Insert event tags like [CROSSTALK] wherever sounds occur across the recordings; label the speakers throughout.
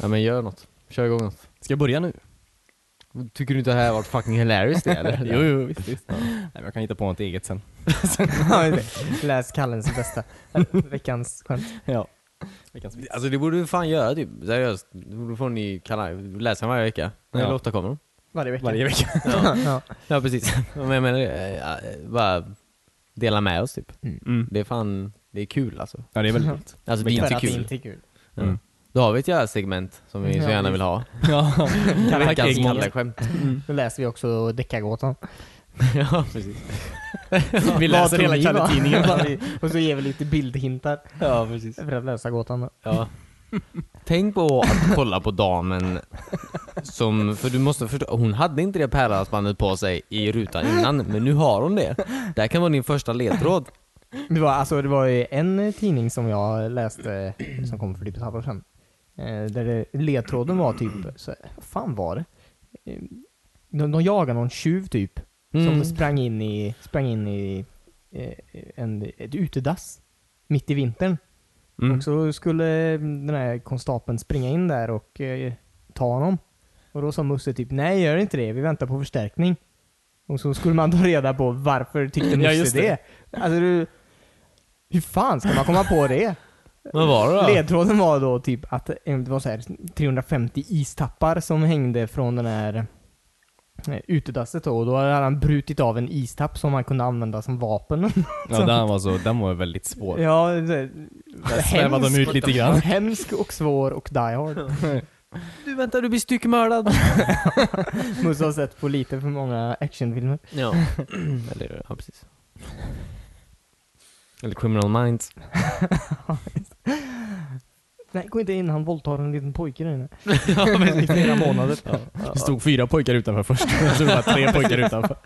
Speaker 1: Ja men gör något. Kör igång något.
Speaker 2: Ska jag börja nu?
Speaker 1: Tycker du inte det här har varit fucking hilarious det [LAUGHS] eller?
Speaker 2: jo, jo, visst, visst. Nej, men jag kan hitta på något eget sen.
Speaker 3: Läs Kallens bästa. eh, Veckans skämt.
Speaker 2: Ja. Veckans vits.
Speaker 1: Alltså det borde du fan göra typ, seriöst. Det borde få ni kalla, läsa den varje vecka.
Speaker 2: Ja.
Speaker 1: Eller ofta kommer de.
Speaker 3: Varje vecka.
Speaker 2: Varje vecka.
Speaker 3: Ja. Ja.
Speaker 1: Ja precis. [LAUGHS] Men jag menar det, ja, bara dela med oss typ.
Speaker 2: Mm.
Speaker 1: Det är fan, det är kul alltså.
Speaker 2: Ja, det är väldigt roligt.
Speaker 1: Alltså det
Speaker 2: Men
Speaker 1: är
Speaker 3: För
Speaker 1: inte
Speaker 3: att det
Speaker 1: kul.
Speaker 3: inte är kul.
Speaker 1: Ja. Då har vi ett jävla segment som vi så
Speaker 3: Ja,
Speaker 1: gärna
Speaker 3: visst.
Speaker 1: vill ha.
Speaker 2: [LAUGHS] Ja.
Speaker 1: Veckans
Speaker 2: Kalla-
Speaker 1: måndagsskämt.
Speaker 2: Mm.
Speaker 3: Nu läser vi också Deckargåtan.
Speaker 1: [LAUGHS] ja precis.
Speaker 2: Vi läser hela
Speaker 3: [LAUGHS]
Speaker 2: Kalletidningen.
Speaker 3: Och så ger vi lite bildhintar
Speaker 2: Ja, precis.
Speaker 3: för att lösa gåtan. då.
Speaker 1: Ja. [LAUGHS] Tänk på att kolla på damen som, för du måste förstå, hon hade inte det pärlhalsbandet på sig i rutan innan, men nu har hon det. Det här kan vara din första ledtråd.
Speaker 3: Det var, alltså, det var ju en tidning som jag läste som kom för typ ett halvår sedan. Eh, Där det, ledtråden var typ, så, vad fan var det? Eh, De, de jagade någon tjuv typ
Speaker 1: Mm.
Speaker 3: som sprang in i, sprang in i eh, en, ett utedass mitt i vintern.
Speaker 1: Mm.
Speaker 3: Och så skulle eh, den här konstapeln springa in där och eh, ta honom. Och då sa Musse typ nej gör inte det, vi väntar på förstärkning. Och så skulle man ta reda på varför tyckte
Speaker 2: Ja,
Speaker 3: Musse
Speaker 2: just
Speaker 3: det. Alltså du, hur fan ska man komma på det?
Speaker 1: Vad var det då?
Speaker 3: Ledtråden var då typ att eh, det var så här 350 istappar som hängde från den här eh, utedasset då, och då hade han brutit av en istapp som han kunde använda som vapen.
Speaker 2: Ja, den var, så, den var väldigt svår.
Speaker 3: ja, det-
Speaker 2: Svävade de ut lite grann.
Speaker 3: hemsk och svår och die
Speaker 1: [LAUGHS]
Speaker 3: hard.
Speaker 1: Du vänta, du blir styckmördad.
Speaker 3: Musse har sett på lite för många actionfilmer.
Speaker 1: [LAUGHS] Ja. Eller, ja precis. Eller Criminal Minds.
Speaker 3: Nej, gå inte in. Han våldtar en liten pojke där inne. [LAUGHS]
Speaker 1: ja,
Speaker 3: I flera månader.
Speaker 2: Det stod fyra pojkar utanför först, jag tror det var tre pojkar utanför.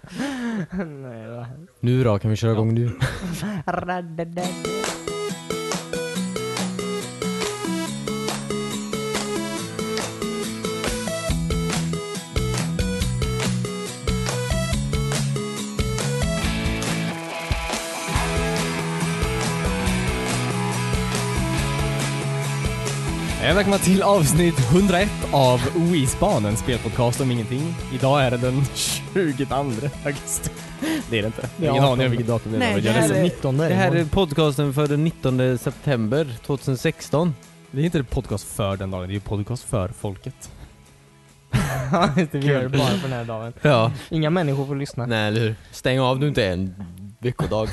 Speaker 3: Nej, vad hemskt.
Speaker 1: Nu då, kan vi köra igång nu?
Speaker 3: Radadadad.
Speaker 2: Hej och Eh, välkomna till avsnitt 101 av OIS-banan, en spelpodcast om ingenting. Idag är det den 22 augusti. Det är det inte.
Speaker 3: Det är
Speaker 2: Ingen aning
Speaker 3: 18.
Speaker 2: om vilket datum det är.
Speaker 1: Nej,
Speaker 2: Jag
Speaker 1: det
Speaker 2: är
Speaker 1: här
Speaker 2: ledsen.
Speaker 3: är
Speaker 1: är-
Speaker 3: 19 där
Speaker 1: Det här är
Speaker 3: imorgon.
Speaker 1: podcasten för den 19 september 2016.
Speaker 2: det är inte en podcast för den dagen, det är en podcast för folket.
Speaker 3: [LAUGHS] Ja, just det, vi gör det bara för den här dagen.
Speaker 1: Ja.
Speaker 3: Inga människor får
Speaker 1: [LAUGHS]
Speaker 3: lyssna.
Speaker 1: Nej eller hur? Stäng av du inte är en [LAUGHS] veckodag.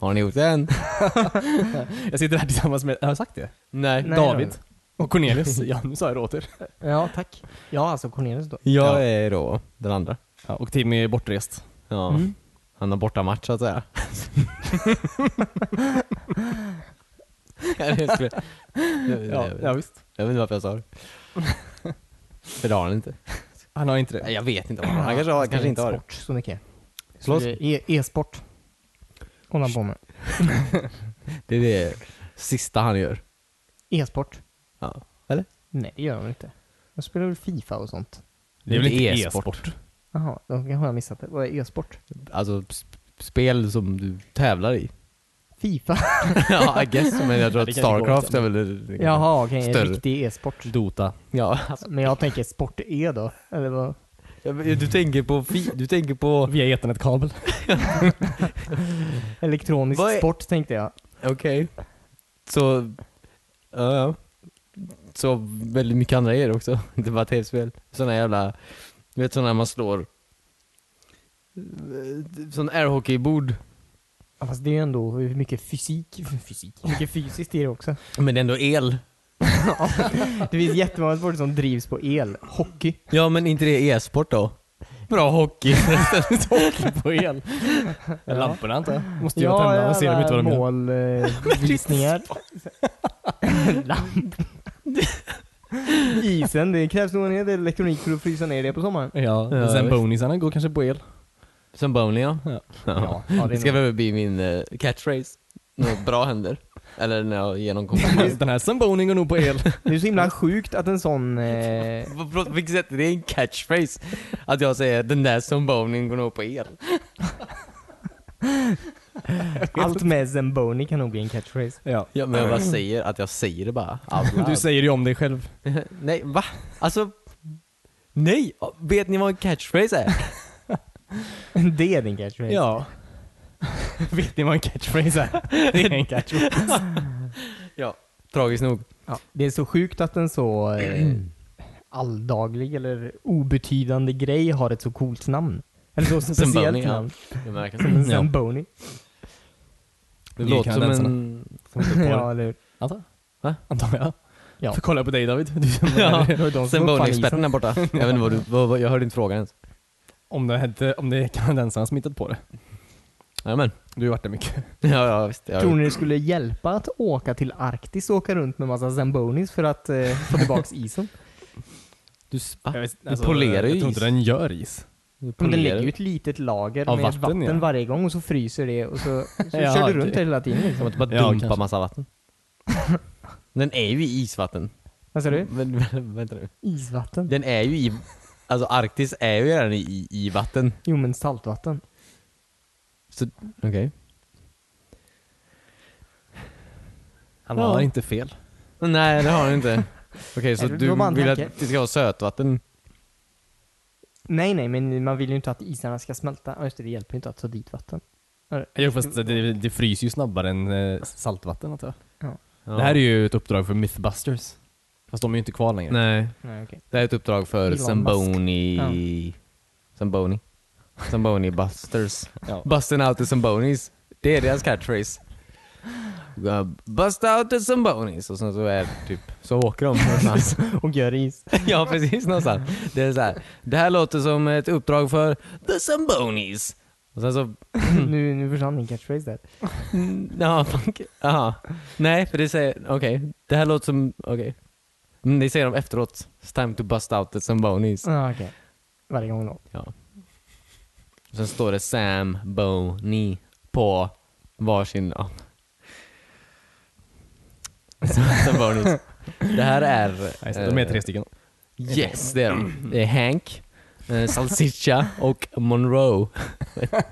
Speaker 1: Har ni gjort det än?
Speaker 2: Jag sitter här tillsammans med, har jag sagt det?
Speaker 1: Nej.
Speaker 3: Nej,
Speaker 2: David. Och Cornelius. Ja, nu sa jag det åter.
Speaker 3: Ja, tack. Ja, alltså Cornelius då.
Speaker 1: Jag
Speaker 2: Ja.
Speaker 1: är då den andra.
Speaker 2: Ja, och Timmy är bortrest.
Speaker 1: Ja.
Speaker 3: Mm.
Speaker 1: Han har bortamatch så att [LAUGHS] säga. ja, det [LAUGHS] skulle... jag, jag,
Speaker 2: Ja, ja
Speaker 1: jag
Speaker 2: visst.
Speaker 1: vet inte varför jag sa [LAUGHS] det. För det har han inte.
Speaker 2: Han har inte det.
Speaker 1: Nej, Jag vet inte vad han har. Han kanske, har,
Speaker 3: spelar
Speaker 1: kanske inte har det.
Speaker 3: sport så mycket.
Speaker 1: Förlåt?
Speaker 3: Så det är E- E-sport. Håller han på med.
Speaker 1: Det är det sista han gör.
Speaker 3: E-sport?
Speaker 1: Ja. Eller?
Speaker 3: Nej, det gör han väl inte. Jag spelar väl Fifa och sånt.
Speaker 2: Det är väl
Speaker 1: Det är
Speaker 2: inte
Speaker 1: e-sport.
Speaker 2: e-sport?
Speaker 3: Jaha, då har jag missat det. Vad är e-sport?
Speaker 1: Alltså sp- spel som du tävlar i.
Speaker 3: Fifa?
Speaker 1: ja, I guess. Men jag tror
Speaker 2: Ja, det
Speaker 1: att
Speaker 2: kan ju gå
Speaker 1: Starcraft
Speaker 2: åt
Speaker 1: är väl... det-
Speaker 3: [LAUGHS] Jaha, okej.
Speaker 1: Större.
Speaker 3: Riktig e-sport. Alltså,
Speaker 2: Dota.
Speaker 1: Ja.
Speaker 3: Men jag tänker sport-e då. Eller vad?
Speaker 1: Ja, men Du tänker på, fi, du tänker på...
Speaker 2: Via internetkabel.
Speaker 3: Elektronisk
Speaker 1: Vad är-
Speaker 3: sport tänkte jag.
Speaker 1: Okej. Så... Ja, ja. Så väldigt mycket andra grejer också. [LAUGHS] Inte bara tv-spel. Såna jävla... Du vet såna man slår... eh, Sån airhockeybord.
Speaker 3: Ja, Fast det är ju ändå mycket fysik. [LAUGHS] Fysik? Mycket fysiskt i det också.
Speaker 1: Men det är ändå el.
Speaker 3: Ja. det finns jättemånga sporter som drivs på el. Hockey.
Speaker 1: Ja, men inte det e-sport då? Bra [LAUGHS] hockey.
Speaker 2: På el. Lamporna antar jag. [LAUGHS] Måste ju
Speaker 3: Ja,
Speaker 2: vara tända, annars ser de
Speaker 3: jävla
Speaker 2: inte vad de gör.
Speaker 3: mål,
Speaker 2: [LAUGHS]
Speaker 3: eh, visningar. [LAUGHS] Lamp. Isen, det krävs nog en hel del elektronik för att frysa ner det på sommaren.
Speaker 2: Ja,
Speaker 1: Ja,
Speaker 2: ja sen
Speaker 1: visst.
Speaker 2: bonisarna går kanske på [LAUGHS] el.
Speaker 1: Som Boney ja.
Speaker 2: Ja.
Speaker 1: ja.
Speaker 3: ja,
Speaker 1: Det ska väl bli min eh, catchphrase. När något bra [LAUGHS] händer. Eller när jag ger någon komplimang.
Speaker 2: Den här Zamboni går nog på el.
Speaker 3: Det är så himla sjukt att
Speaker 2: [LAUGHS]
Speaker 3: en sån... Eh,
Speaker 1: På- På på vilket sätt? Det är en catchphrase. Att jag säger den där sombonen går nog på el.
Speaker 3: Allt med Zemboni kan nog bli en catchphrase.
Speaker 2: Ja.
Speaker 1: Ja, men jag bara säger att jag säger det bara. [LAUGHS] Alla-
Speaker 2: Du säger ju om dig själv.
Speaker 1: nej, va? Alltså, nej! Vet ni vad en catchphrase är?
Speaker 3: [LAUGHS] Det är din catchphrase.
Speaker 2: Ja. [LAUGHS] Vet ni vad en catchphrase är? Det är en catchphrase.
Speaker 1: ja, tragiskt nog.
Speaker 3: Ja, det är så sjukt att en så eh, alldaglig eller obetydande grej har ett så coolt namn. Eller så
Speaker 1: Zamboni,
Speaker 3: speciellt
Speaker 1: ja.
Speaker 3: namn.
Speaker 1: Jag märker
Speaker 3: Som en
Speaker 2: Ja.
Speaker 3: Zamboni.
Speaker 1: Mm, Det
Speaker 2: Det är
Speaker 1: låter som en...
Speaker 2: kanadensarna.
Speaker 1: Som en
Speaker 3: Ja, eller hur?
Speaker 2: Antar
Speaker 1: Va?
Speaker 2: Antar jag.
Speaker 3: Ja.
Speaker 2: Får kolla på dig David. Du som
Speaker 3: [LAUGHS]
Speaker 1: Ja.
Speaker 3: Det var ju de som uppfann
Speaker 1: Zemboni-experten
Speaker 3: isen.
Speaker 1: där borta. Jag vet inte vad du... Vad, vad, jag hörde inte frågan ens.
Speaker 2: Om det, hette, om det är kanadensarna som hittat på det.
Speaker 1: Jajamän.
Speaker 2: Du har ju varit där mycket.
Speaker 1: Ja, ja visst. Ja,
Speaker 3: Tror ni det skulle hjälpa att åka till Arktis och åka runt med massa Zambonis för att eh, få tillbaka isen?
Speaker 1: du, s- va?
Speaker 2: Jag vet- alltså,
Speaker 1: Du polerar ju
Speaker 2: Jag tror
Speaker 1: is.
Speaker 2: inte den gör is.
Speaker 1: Du
Speaker 3: Men det
Speaker 1: polerar.
Speaker 3: ligger ju ett litet lager
Speaker 2: Av
Speaker 3: med vatten,
Speaker 2: vatten, ja.
Speaker 3: varje gång och så fryser det och så, så
Speaker 2: Ja,
Speaker 3: kör du runt
Speaker 2: okej.
Speaker 3: det hela tiden.
Speaker 1: Som
Speaker 3: Liksom.
Speaker 1: att bara
Speaker 2: Ja,
Speaker 1: dumpa
Speaker 2: kanske.
Speaker 1: massa vatten. [LAUGHS] Den är ju i isvatten.
Speaker 3: Vad sa du?
Speaker 1: Men, men, vänta nu.
Speaker 3: Isvatten?
Speaker 1: Den är ju i... Alltså Arktis är ju redan i, i vatten.
Speaker 3: Jo men saltvatten.
Speaker 1: Så... Okej.
Speaker 2: Han
Speaker 1: Ja.
Speaker 2: har inte fel.
Speaker 1: Nej, det har den inte. Okej, så
Speaker 3: Nej, det var
Speaker 1: du
Speaker 3: bara en
Speaker 1: vill att
Speaker 3: tanke.
Speaker 1: det ska vara sötvatten?
Speaker 3: Nej nej men man vill ju inte att isarna ska smälta. Ja just det, det hjälper ju inte att ta dit vatten.
Speaker 2: Jo fast det, det fryser ju snabbare än eh, saltvatten antar jag.
Speaker 1: Ja.
Speaker 2: Det här är ju ett uppdrag för Mythbusters. Fast de är ju inte kvar längre.
Speaker 1: Nej,
Speaker 3: Nej okej.
Speaker 1: det här är ett uppdrag för
Speaker 3: Elon Musk.
Speaker 1: Zamboni... Zamboni? Zamboni Busters.
Speaker 2: Ja.
Speaker 1: Busting out the Zambonis. Det är deras catchphrase. Uh, Bust out the Zambonis. Och sen så är det typ, så åker de
Speaker 3: [LAUGHS]
Speaker 1: någonstans.
Speaker 3: Och gör is.
Speaker 1: ja precis, någonstans. Det är så här. Det här låter som ett uppdrag för the Zambonis. Och sen så
Speaker 3: nu, nu försvann din catchphrase där.
Speaker 1: Mm, Ja, fuck. Aha. Nej, för det säger... Okej. Det här låter som... Okej. Mm, det säger de efteråt. It's time to bust out the Zambonis.
Speaker 3: Ah, okej. Varje gång då.
Speaker 1: Ja. Sen står det Sam, Bo, Ni på varsin... Ja. Zambonis. Det här är...
Speaker 2: Nej, så de är
Speaker 1: eh,
Speaker 2: tre stycken.
Speaker 1: Yes, det är de. Det är Hank, eh, Salsiccia och Monroe. [LAUGHS]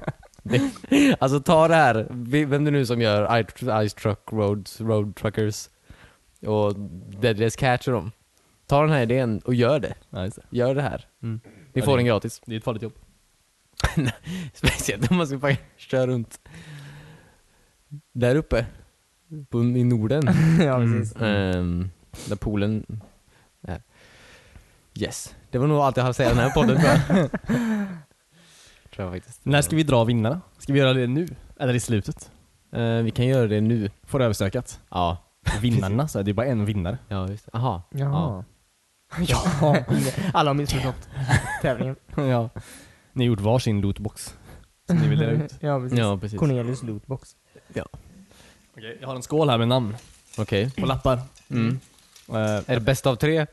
Speaker 1: Det- alltså ta det här, Vi- vem det är nu som gör I- Ice Truck Roads, Road Truckers och Deadliest Catch och dem. Ta den här idén och gör det.
Speaker 2: Ja, just det.
Speaker 1: Gör det här.
Speaker 2: Mm.
Speaker 1: Ni
Speaker 2: Ja,
Speaker 1: får
Speaker 2: det-
Speaker 1: den gratis.
Speaker 2: det är ett farligt jobb.
Speaker 1: [LAUGHS] Speciellt om man ska bara köra runt där uppe på, i Norden.
Speaker 3: ja precis.
Speaker 2: Mm.
Speaker 1: Ehm, där poolen är. Yes. Det var nog allt jag hade att säga i den här podden tror jag.
Speaker 2: [LAUGHS]
Speaker 1: tror jag faktiskt.
Speaker 2: När ska vi dra vinnarna? Ska vi göra det nu? Eller i slutet?
Speaker 1: Eh, vi kan göra det nu.
Speaker 2: Får överstökat.
Speaker 1: Ja.
Speaker 2: [LAUGHS] Vinnarna, så här, det är bara en vinnare.
Speaker 1: Ja, just det. Aha.
Speaker 3: Jaha. Ja.
Speaker 1: [LAUGHS]
Speaker 3: Alla har missförstått tävlingen.
Speaker 2: ja. Ni har gjort varsin lootbox. Som ni vill dela ut.
Speaker 3: Ja precis.
Speaker 1: Ja, precis.
Speaker 3: Cornelius lootbox.
Speaker 2: [LAUGHS] Okej, jag har en skål här med namn
Speaker 1: Okej.
Speaker 2: och lappar.
Speaker 1: Mm.
Speaker 2: Eh, [LAUGHS]
Speaker 1: Är det bäst av tre?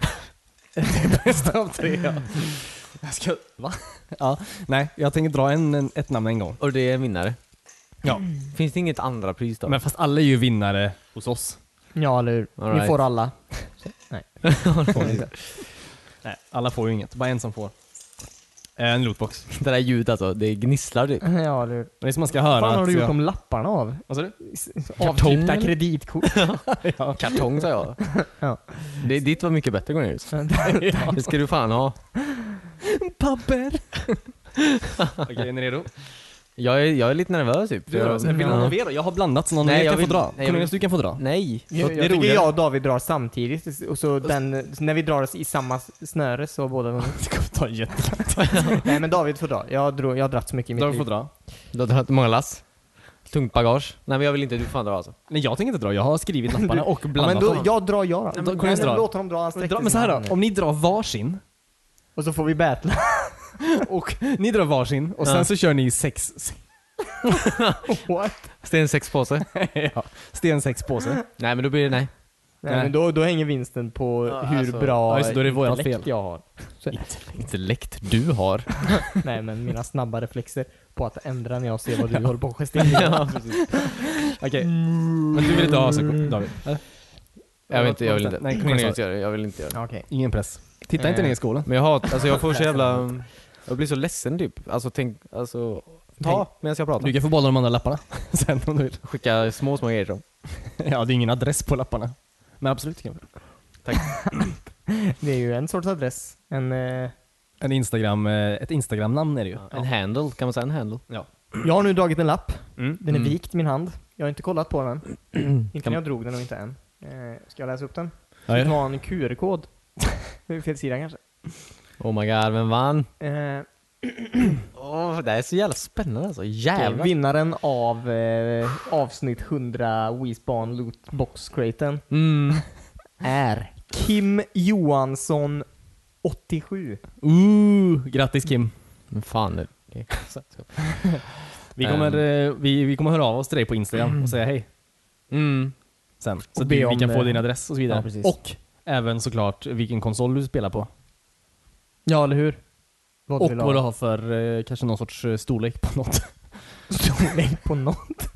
Speaker 2: bästa av tre ja. Jag ska... Va? Ja, nej, jag tänker dra en, en, ett namn en gång.
Speaker 1: Och det är vinnare.
Speaker 2: Ja.
Speaker 1: Finns det inget andra pris då?
Speaker 2: Men fast alla är ju vinnare hos oss.
Speaker 3: Ja eller hur.
Speaker 1: All right.
Speaker 3: Ni får alla. Nej. Får ni inte.
Speaker 2: Nej, alla får ju inget. Bara en som får. Eh, En lootbox.
Speaker 1: Det där ljudet alltså, det gnisslar
Speaker 2: [LAUGHS]
Speaker 1: typ.
Speaker 3: Ja eller hur.
Speaker 2: Det är som man ska höra
Speaker 3: Vad fan har
Speaker 2: att
Speaker 3: du gjort
Speaker 2: jag-
Speaker 3: de lapparna av?
Speaker 2: Vad sa du?
Speaker 3: Avtryckta
Speaker 1: eller? [LAUGHS]
Speaker 3: kreditkort. [LAUGHS]
Speaker 2: [LAUGHS] Ja.
Speaker 1: Kartong sa jag.
Speaker 3: Ja.
Speaker 1: Det, ditt var mycket bättre Cornelius. Det ska du fan ha.
Speaker 3: Papper!
Speaker 2: Okej, är ni redo?
Speaker 1: Jag är, jag är lite nervös typ.
Speaker 2: Du, jag, vill någon
Speaker 1: Ja.
Speaker 2: av er? Jag har blandat så någon
Speaker 1: Nej,
Speaker 2: av er
Speaker 1: jag
Speaker 2: kan
Speaker 1: vill-
Speaker 2: få dra.
Speaker 1: nej, jag
Speaker 2: Cornelius,
Speaker 1: vill-
Speaker 2: du kan
Speaker 1: [LAUGHS]
Speaker 2: få dra.
Speaker 1: Nej.
Speaker 3: Jag,
Speaker 2: det är
Speaker 3: jag tycker
Speaker 2: roligare.
Speaker 3: jag och David drar samtidigt och så den, när vi drar oss i samma snöre så båda vinner.
Speaker 2: Det kommer ta jättelång [LAUGHS]
Speaker 3: [LAUGHS] Nej men David får dra. Jag, drog, jag har dratt så mycket i mitt
Speaker 2: David får
Speaker 3: liv.
Speaker 2: dra.
Speaker 1: Du har dragit många lass. Tungt bagage. Nej men jag vill inte, du får fan dra alltså.
Speaker 2: Nej, jag tänker inte dra. Jag har skrivit lapparna och
Speaker 3: Ja,
Speaker 2: blandat
Speaker 3: men då,
Speaker 2: dem.
Speaker 3: jag drar jag då.
Speaker 2: men
Speaker 3: Nej,
Speaker 2: Cornelius
Speaker 3: men
Speaker 2: drar.
Speaker 3: Låt honom dra, han sträckte
Speaker 2: Dra, men så
Speaker 3: sin
Speaker 2: här
Speaker 3: hand
Speaker 2: då,
Speaker 3: nu.
Speaker 2: om ni drar varsin
Speaker 3: Och så får vi battla.
Speaker 2: [LAUGHS] och ni drar varsin och sen
Speaker 1: Ja.
Speaker 2: så kör ni sex,
Speaker 3: What?
Speaker 1: Sten, sex, påse.
Speaker 2: ja, sten, sex,
Speaker 1: [GASPS]
Speaker 2: påse.
Speaker 1: nej men då blir det nej.
Speaker 3: Nej,
Speaker 2: Nej.
Speaker 3: men då, då hänger vinsten på
Speaker 1: Ja,
Speaker 3: hur
Speaker 1: alltså.
Speaker 2: Ja,
Speaker 3: bra
Speaker 2: just det, då är det vårat
Speaker 3: intellekt
Speaker 2: fel.
Speaker 3: jag har.
Speaker 1: Intellekt du har.
Speaker 3: Nej men mina snabba reflexer på att ändra när jag ser
Speaker 2: [LAUGHS]
Speaker 3: vad du håller på att gestikulera.
Speaker 2: Okej, men du vill inte ha så David? eller?
Speaker 1: Jag vet inte, jag vill inte.
Speaker 2: Nej,
Speaker 1: Cornelius
Speaker 2: Cornelius
Speaker 1: gör det. Jag vill inte göra det.
Speaker 3: Okej.
Speaker 2: Ingen press. Titta inte
Speaker 3: Eh.
Speaker 2: ner i skålen.
Speaker 1: Men jag har, alltså jag får så jävla... Jag blir så ledsen typ. Alltså tänk, alltså... ta medan jag pratar.
Speaker 2: Du kan få bolla de andra lapparna [LAUGHS] sen om du vill.
Speaker 1: Skicka små, små grejer. då.
Speaker 2: Ja, det är ingen adress på lapparna. Men absolut kan vi.
Speaker 3: Det är ju en sorts adress. En, eh,
Speaker 2: En Instagram, eh, ett Instagram-namn är det ju.
Speaker 1: En handle, kan man säga en handle?
Speaker 3: jag har nu dragit en lapp.
Speaker 1: Mm.
Speaker 3: Den är
Speaker 2: Mm.
Speaker 3: vikt i min hand. Jag har inte kollat på
Speaker 2: [CLEARS THROAT]
Speaker 3: den. inte när jag drog den och inte än. Eh, ska jag läsa upp den?
Speaker 2: Ja,
Speaker 3: Det
Speaker 2: ja.
Speaker 3: var en QR-kod. [LAUGHS] Det är Fel sida kanske.
Speaker 1: Oh my god, vem vann?
Speaker 3: Eh,
Speaker 1: Åh, det här är så jävla spännande alltså.
Speaker 3: Okej,
Speaker 1: Jävlar.
Speaker 3: Eh, vinnaren av eh, avsnitt 100 Wispan lootbox craten
Speaker 1: Mm.
Speaker 3: är Kim Johansson 87.
Speaker 2: Ooh, grattis Kim.
Speaker 1: Men fan nu.
Speaker 2: Vi kommer, eh, vi, vi kommer höra av oss till dig på Instagram och säga hej
Speaker 1: Mm.
Speaker 2: sen. Så
Speaker 3: Och
Speaker 2: att
Speaker 3: be
Speaker 2: vi, vi
Speaker 3: om,
Speaker 2: kan få
Speaker 3: eh,
Speaker 2: din adress och så
Speaker 3: ja,
Speaker 2: vidare.
Speaker 3: precis.
Speaker 2: och även såklart vilken konsol du spelar på.
Speaker 3: Ja, eller hur? Vad
Speaker 2: Och
Speaker 3: vill ha?
Speaker 2: vad du
Speaker 3: [LAUGHS]
Speaker 2: har för eh, kanske någon sorts eh, storlek på något.
Speaker 3: Storlek på något.
Speaker 2: [LAUGHS]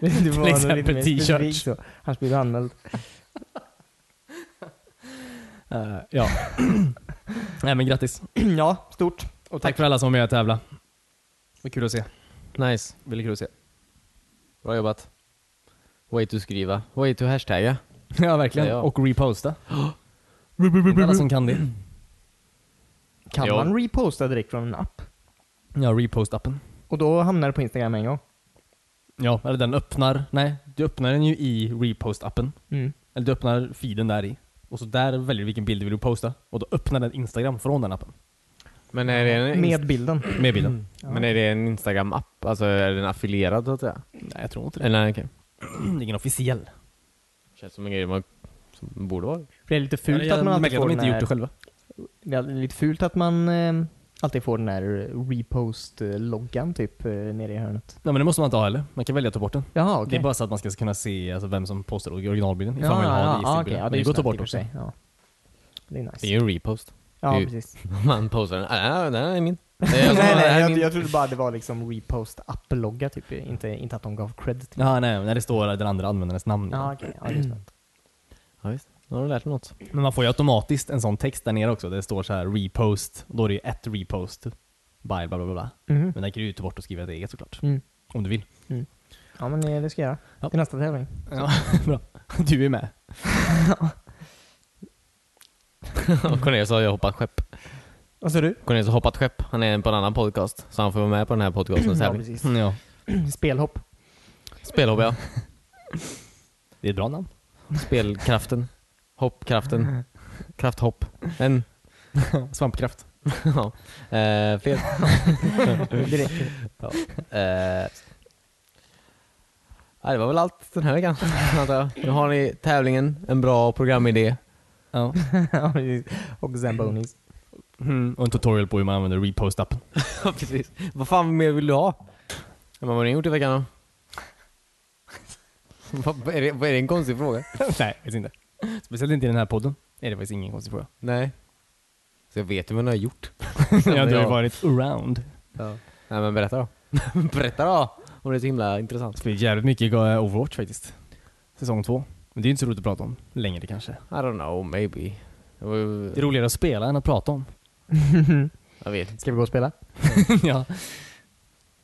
Speaker 3: det var nog lite
Speaker 2: exempel
Speaker 3: mer specifikt
Speaker 2: t-shirts.
Speaker 3: så. Annars blir du anmäld.
Speaker 2: [LAUGHS]
Speaker 3: [CLEARS THROAT]
Speaker 2: Eh, ja. [LAUGHS] Nej men grattis.
Speaker 3: ja, stort.
Speaker 2: Och tack för alla som var med och tävla. Vad kul att se.
Speaker 1: Nice.
Speaker 2: Väldigt kul att se.
Speaker 1: Bra jobbat. Way to skriva. Way to hashtagga.
Speaker 2: ja verkligen.
Speaker 1: Ja, ja.
Speaker 2: Och reposta. Inte alla som kan det.
Speaker 3: Kan
Speaker 1: Ja.
Speaker 3: man reposta direkt från en app?
Speaker 2: Ja, repost-appen.
Speaker 3: Och då hamnar det på Instagram en gång.
Speaker 2: Ja, eller den öppnar... Nej, du öppnar den ju i repost-appen.
Speaker 3: Mm.
Speaker 2: Eller du öppnar feeden där i. Och så där väljer du vilken bild du vill posta. Och då öppnar den Instagram från den appen. [CLEARS THROAT]
Speaker 1: Men är det en, inst-
Speaker 3: Med bilden.
Speaker 2: Med bilden.
Speaker 1: men är det en Instagram-app? Alltså är den affilierad så att säga?
Speaker 2: Nej, jag tror inte
Speaker 1: Eller nej, okej.
Speaker 2: Det är ingen officiell.
Speaker 1: Känns som en grej man som borde vara.
Speaker 3: För det är lite fult
Speaker 2: Fult
Speaker 3: att man alltid får
Speaker 2: de
Speaker 3: den
Speaker 2: inte gjort
Speaker 3: här
Speaker 2: det själva.
Speaker 3: Det är lite fult att man eh, alltid får den där repost-loggan typ eh, nere i hörnet.
Speaker 2: Nej men det måste man inte ha heller. Man kan välja att ta bort den.
Speaker 3: Jaha, okej.
Speaker 2: Det är bara så att man ska kunna se alltså, vem som postar originalbilden. Ifall
Speaker 3: ja,
Speaker 2: man vill ha det i
Speaker 3: ja,
Speaker 2: sin
Speaker 3: ja,
Speaker 2: bild.
Speaker 3: okej. ja,
Speaker 2: Men
Speaker 3: det
Speaker 2: det typ
Speaker 3: är
Speaker 2: går att ta
Speaker 3: snällt
Speaker 2: bort
Speaker 3: i och för
Speaker 2: också.
Speaker 3: sig. Ja. Det är
Speaker 1: Det
Speaker 3: nice.
Speaker 1: är ju en repost. [LAUGHS]
Speaker 3: Ja,
Speaker 1: det är ju-
Speaker 2: [LAUGHS]
Speaker 3: precis.
Speaker 1: Man postar den. Ah, den här är min. Det är
Speaker 3: [LAUGHS] nej,
Speaker 1: jag som-
Speaker 2: Alltså,
Speaker 1: det här
Speaker 3: nej,
Speaker 1: är
Speaker 3: jag,
Speaker 1: min.
Speaker 3: jag trodde bara det var liksom repost-app-logga typ. Inte, inte att de gav cred till
Speaker 2: Ja, nej, när det står den andra användarens namn.
Speaker 3: Ja, okej. Ja, just det.
Speaker 1: Ja, visst. Nu har du lärt dig något.
Speaker 2: Men man får ju automatiskt en sån text där nere också. Där det står så här repost. Då är det ju ett repost. By bla bla bla bla.
Speaker 3: Mhm.
Speaker 2: Men där kan du ju ta bort och skriva ett eget såklart.
Speaker 3: Mm.
Speaker 2: Om du vill. [LAUGHS]
Speaker 3: Ja, men eh, det ska jag göra.
Speaker 2: Ja.
Speaker 3: Till nästa tävling.
Speaker 2: Ja, bra. Du
Speaker 1: [LAUGHS]
Speaker 2: är med.
Speaker 1: Cornelius har ju hoppat skepp.
Speaker 3: Vad sa du?
Speaker 1: Cornelius har hoppat skepp. Han är på en annan podcast. Så han får vara med på den här podcastens
Speaker 3: Ja,
Speaker 1: tävling.
Speaker 3: precis.
Speaker 2: ja. Mm. [LAUGHS]
Speaker 3: Spelhopp.
Speaker 1: Spelhopp ja.
Speaker 2: Det är ett bra namn.
Speaker 1: Spelkraften.
Speaker 3: [LAUGHS]
Speaker 1: Hoppkraften. Krafthopp. En.
Speaker 2: Svampkraft.
Speaker 1: [LAUGHS] ja. Eh, fler.
Speaker 3: Det räcker.
Speaker 1: Eh, ja, det var väl allt den här veckan. [LAUGHS] antar jag. nu har ni tävlingen. En bra programidé.
Speaker 2: Ja.
Speaker 3: Ja, precis. Och
Speaker 2: Mm. [LAUGHS]
Speaker 3: Zambonis.
Speaker 1: Mm.
Speaker 2: Och en tutorial på hur man
Speaker 1: [LAUGHS]
Speaker 2: använder repost-appen.
Speaker 1: [LAUGHS] Ja, precis. Vad fan mer vill du ha? Men vad har ni gjort i veckan då? [LAUGHS] Vad- är, det, vad är det en konstig fråga?
Speaker 2: Nej, faktiskt inte. Speciellt inte i den här podden. Är det faktiskt ingen
Speaker 1: [LAUGHS]
Speaker 2: konstig fråga.
Speaker 1: Nej. Så jag vet ju vad ni har [LAUGHS] gjort.
Speaker 2: ja,
Speaker 1: Men
Speaker 2: du har ju
Speaker 1: jag-
Speaker 2: varit around.
Speaker 1: Nej men berätta då. [LAUGHS] berätta då! Om det är så himla intressant.
Speaker 2: spelat jävligt mycket eh, Overwatch faktiskt. Säsong två. Men det är inte så roligt att prata om längre kanske.
Speaker 1: I don't know, maybe. Det var ju-
Speaker 2: Det är roligare att spela än att prata om.
Speaker 1: Jag vet inte.
Speaker 3: Ska vi gå och spela? [LAUGHS]
Speaker 2: ja.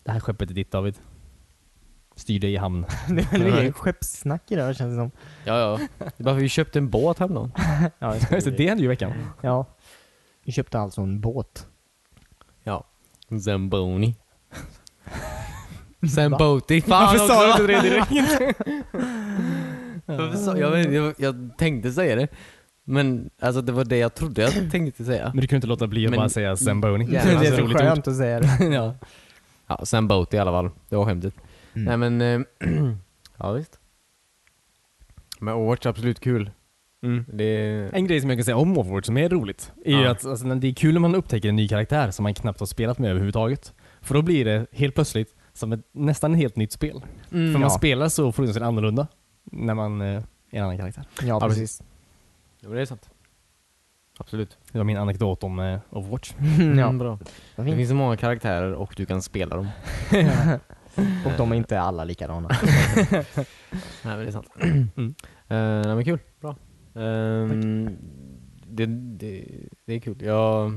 Speaker 2: Det här skeppet är ditt David. Styr dig i hamn.
Speaker 3: Det är mycket skeppssnack idag känns det som.
Speaker 1: Ja, ja. Det är bara för vi köpte en båt häromdagen.
Speaker 2: [LAUGHS] [LAUGHS]
Speaker 3: Ja,
Speaker 2: Just det, det hände ju i veckan.
Speaker 3: Ja. Vi köpte alltså en båt.
Speaker 1: Ja.
Speaker 2: [LAUGHS]
Speaker 1: Zamboni. Zamboti. Fan
Speaker 2: Varför sa
Speaker 1: också.
Speaker 2: du inte det direkt?
Speaker 1: Varför sa- jag, vet- jag, jag tänkte säga det. Men alltså det var det jag trodde
Speaker 2: [CLEARS THROAT]
Speaker 1: jag tänkte säga.
Speaker 2: Men mm. du kunde inte låta bli att
Speaker 1: Men-
Speaker 2: bara säga [LAUGHS] Zamboni.
Speaker 1: Ja,
Speaker 3: det
Speaker 1: alltså,
Speaker 3: är så
Speaker 2: roligt
Speaker 3: skönt att säga [LAUGHS] det.
Speaker 2: ord. ja.
Speaker 1: Ja, Zamboti i alla fall. Det var skämtet.
Speaker 2: Mm.
Speaker 1: Nej men, eh, [CLEARS THROAT] ja visst. Men Overwatch är absolut kul.
Speaker 2: Mm.
Speaker 1: Det är...
Speaker 2: En grej som jag kan säga om Overwatch som är roligt, är ju
Speaker 1: Ja.
Speaker 2: att alltså, när det är kul när man upptäcker en ny karaktär som man knappt har spelat med överhuvudtaget. För då blir det helt plötsligt som ett, nästan ett helt nytt spel. för man
Speaker 3: ja.
Speaker 2: spelar så fruktansvärt annorlunda när man eh, är en annan karaktär.
Speaker 3: Ja, precis.
Speaker 1: Ja, men det är sant. Absolut.
Speaker 2: Det var min anekdot om eh, Overwatch.
Speaker 3: ja.
Speaker 1: bra.
Speaker 3: Vad
Speaker 1: Det
Speaker 3: fint.
Speaker 1: finns så många karaktärer och du kan spela dem.
Speaker 3: [LAUGHS] Och de är inte alla likadana.
Speaker 1: Nej men det är sant. [CLEARS THROAT] mm. Eh, nej men kul. Bra. Ehm, det, det, det är kul. Jag...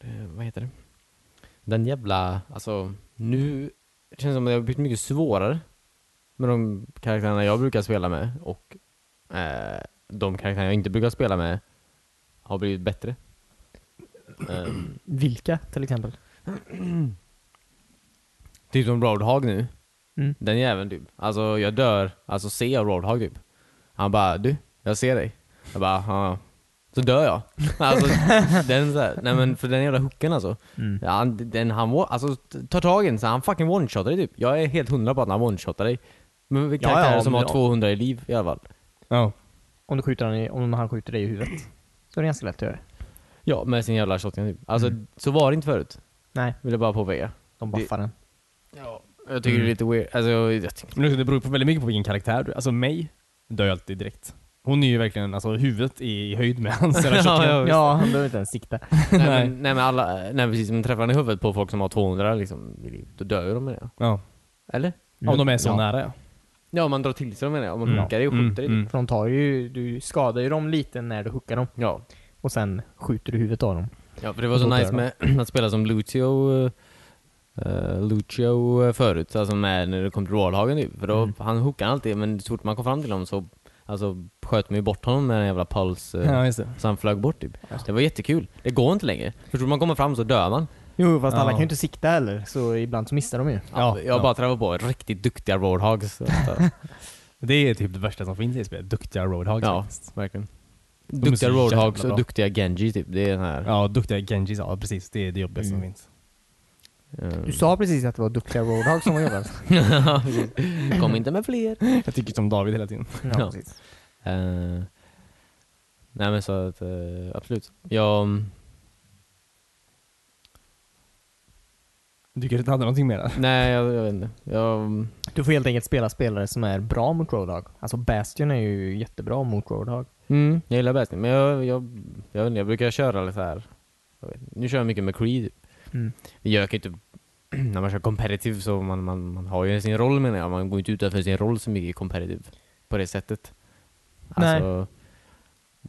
Speaker 1: Det, vad eh, heter det? den jävla, alltså nu känns det som att det har blivit mycket svårare med de karaktärerna jag brukar spela med och eh, de karaktärerna jag inte brukar spela med har blivit bättre. Ehm,
Speaker 3: [LAUGHS] Vilka till exempel?
Speaker 1: typ som Roadhog nu.
Speaker 3: Mm.
Speaker 1: Den jäveln typ. Alltså jag dör, alltså ser jag Roadhog typ. Han bara du, jag ser dig. Jag bara ja. Så dör jag. [LAUGHS] Alltså den så här, nej men för den jävla hooken alltså.
Speaker 3: Mm.
Speaker 1: Ja, han, den, han wa- alltså, t- tar tag i den så han fucking one-shotar dig typ. Jag är helt hundra på att han one-shotar dig. Men
Speaker 2: Ja,
Speaker 1: karaktärer
Speaker 2: ja,
Speaker 1: som
Speaker 2: men
Speaker 1: har
Speaker 2: ja.
Speaker 1: 200 i liv i alla fall.
Speaker 2: Ja.
Speaker 3: Om, du skjuter han i, om han skjuter dig i huvudet. Så är det ganska lätt att göra.
Speaker 1: Ja, med sin jävla shotgun typ. Alltså så var det inte förut.
Speaker 3: Nej,
Speaker 1: Vill jag bara påpeka.
Speaker 3: de
Speaker 1: Det-
Speaker 3: buffar den.
Speaker 1: Ja, jag tycker det är lite weird. Alltså jag, jag tycker...
Speaker 2: Men det beror på väldigt mycket på vilken karaktär du är. Alltså mig dör jag alltid direkt. Hon är ju verkligen, alltså huvudet är i höjd med [LAUGHS] hans jävla
Speaker 1: Ja,
Speaker 2: shotgun.
Speaker 1: ja, visst.
Speaker 3: Ja, han behöver inte ens sikta.
Speaker 1: nej, men, nej men alla, nej precis. Men träffar han i huvudet på folk som har 200 liksom, i liv, då dör ju de med det.
Speaker 2: Ja.
Speaker 1: Eller?
Speaker 2: Om de är så
Speaker 3: Ja.
Speaker 2: nära ja.
Speaker 1: Ja, om man drar till sig dem menar jag. Om man
Speaker 2: Mm.
Speaker 1: hookar dig och
Speaker 2: Mm,
Speaker 1: skjuter dig
Speaker 2: mm.
Speaker 1: typ.
Speaker 3: För de tar ju, du skadar ju dem lite när du hookar dem.
Speaker 1: Ja.
Speaker 3: Och sen skjuter du huvudet av dem.
Speaker 1: Ja, för det var så
Speaker 3: Och då
Speaker 1: nice
Speaker 3: dör
Speaker 1: med [CLEARS THROAT] att spela som Lucio, eh, Lucio eh, förut, alltså med, när det kom till Rålhagen typ. För då,
Speaker 3: Mm.
Speaker 1: han hookade alltid, men så fort man kom fram till honom så alltså, sköt man ju bort honom med den jävla puls, eh,
Speaker 2: Ja, just det.
Speaker 1: så han flög bort typ. Det var jättekul. Det går inte längre. För så fort man kommer fram så dör man.
Speaker 3: Jo, fast alla
Speaker 2: Ja.
Speaker 3: kan ju inte sikta heller, så ibland så missar de ju.
Speaker 2: Ja,
Speaker 1: jag
Speaker 2: ja.
Speaker 1: bara träffade på riktigt duktiga
Speaker 2: [LAUGHS]
Speaker 1: Roadhogs.
Speaker 2: Det är typ det värsta som finns i spelet. Duktiga roadhogs
Speaker 1: Ja.
Speaker 2: faktiskt. Verkligen. är
Speaker 1: duktiga
Speaker 2: så jävla
Speaker 1: Roadhogs
Speaker 2: bra.
Speaker 1: och duktiga Genji typ. Det är den här...
Speaker 2: Ja, duktiga Genjis. Ja, precis. Det är det jobbigaste som
Speaker 3: Mm.
Speaker 2: finns. Mm.
Speaker 1: eh,
Speaker 3: Du sa precis att det var duktiga roadhog som var jobbade. [LAUGHS]
Speaker 1: Ja, precis. Kom inte med fler.
Speaker 2: Jag tycker som David hela tiden.
Speaker 1: Ja. Eh, nej men så att, eh, absolut. Jag,
Speaker 2: Du kanske inte hade någonting mer där?
Speaker 1: nej jag, jag vet inte. Jag,
Speaker 3: Du får helt enkelt spela spelare som är bra mot roadhog. Alltså Bastion är ju jättebra mot roadhog.
Speaker 1: mm, jag gillar bäst men jag, jag, jag, vet inte, jag brukar köra lite så här. Jag vet, inte. nu kör jag mycket med Creed. typ.
Speaker 3: Mm.
Speaker 1: Jag kan ju inte, [CLEARS THROAT] när man kör competitive så man, man, man har ju sin roll menar jag. Man går ju inte utanför sin roll så mycket i competitive. På det sättet.
Speaker 3: Nej.
Speaker 1: Alltså,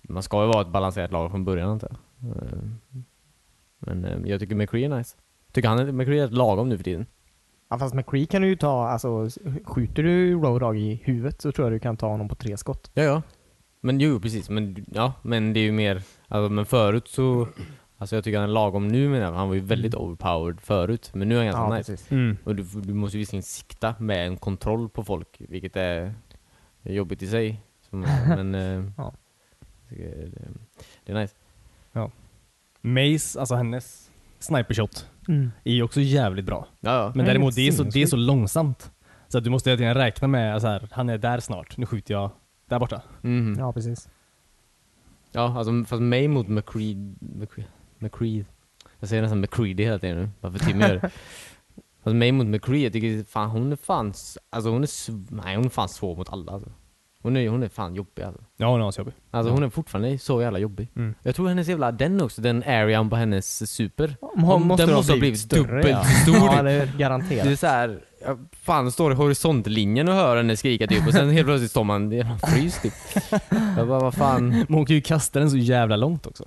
Speaker 1: man ska ju vara ett balanserat lag från början antar jag. Eh, Men eh, jag tycker McCree är nice. Tycker han att McCree är ett lagom nu för tiden?
Speaker 3: Ja, fast McCree kan du ju ta, alltså skjuter du roadhog i huvudet så tror jag du kan ta honom på tre skott.
Speaker 1: Ja, ja. Men jo, precis. Men, ja, men det är ju mer, alltså, men förut så, alltså jag tycker han är lagom nu menar jag. Han var ju väldigt overpowered förut, men nu är han ganska nice.
Speaker 3: precis.
Speaker 2: Mm.
Speaker 1: Och du, du måste ju visserligen sikta med en kontroll på folk, vilket är jobbigt i sig. Som,
Speaker 2: [LAUGHS]
Speaker 1: men, eh,
Speaker 3: Ja.
Speaker 1: jag tycker det, det är nice.
Speaker 2: Mace, alltså hennes snipershot,
Speaker 3: Mm.
Speaker 2: är ju också jävligt bra.
Speaker 1: Ja, ja.
Speaker 2: Men
Speaker 3: Nej,
Speaker 2: däremot, det är, så,
Speaker 3: sinnessjukt.
Speaker 2: det är så långsamt. Så att du måste hela tiden räkna med så här, han är där snart, nu skjuter jag där borta.
Speaker 1: Mhm.
Speaker 3: Ja, precis.
Speaker 1: Ja, alltså fast mig mot McCreed... McCreed... McCreed. Jag säger nästan McCreedy hela tiden nu, varför Timmy gör det.
Speaker 2: [LAUGHS]
Speaker 1: Fast mig mot McCree, jag tycker fan hon är fan... s- Alltså hon är... sv- Nej hon är fan svår mot alla alltså. Hon är, hon är fan jobbig alltså.
Speaker 2: Ja, hon är asjobbig.
Speaker 1: Alltså hon är fortfarande så jävla jobbig.
Speaker 2: Mm.
Speaker 1: Jag tror hennes jävla... Den också, den arean på hennes super.
Speaker 3: Hon måste
Speaker 1: den
Speaker 3: ha
Speaker 1: måste
Speaker 2: typ
Speaker 1: ha blivit
Speaker 3: blivit större,
Speaker 1: dubbelt
Speaker 3: ja.
Speaker 1: så stor.
Speaker 3: Ja, det är garanterat.
Speaker 1: Det är såhär, fan står i horisontlinjen och hör henne skrika typ och sen helt plötsligt står man, man fryser typ. Jag bara vad fan.
Speaker 2: Men hon kan ju kasta den så jävla långt också.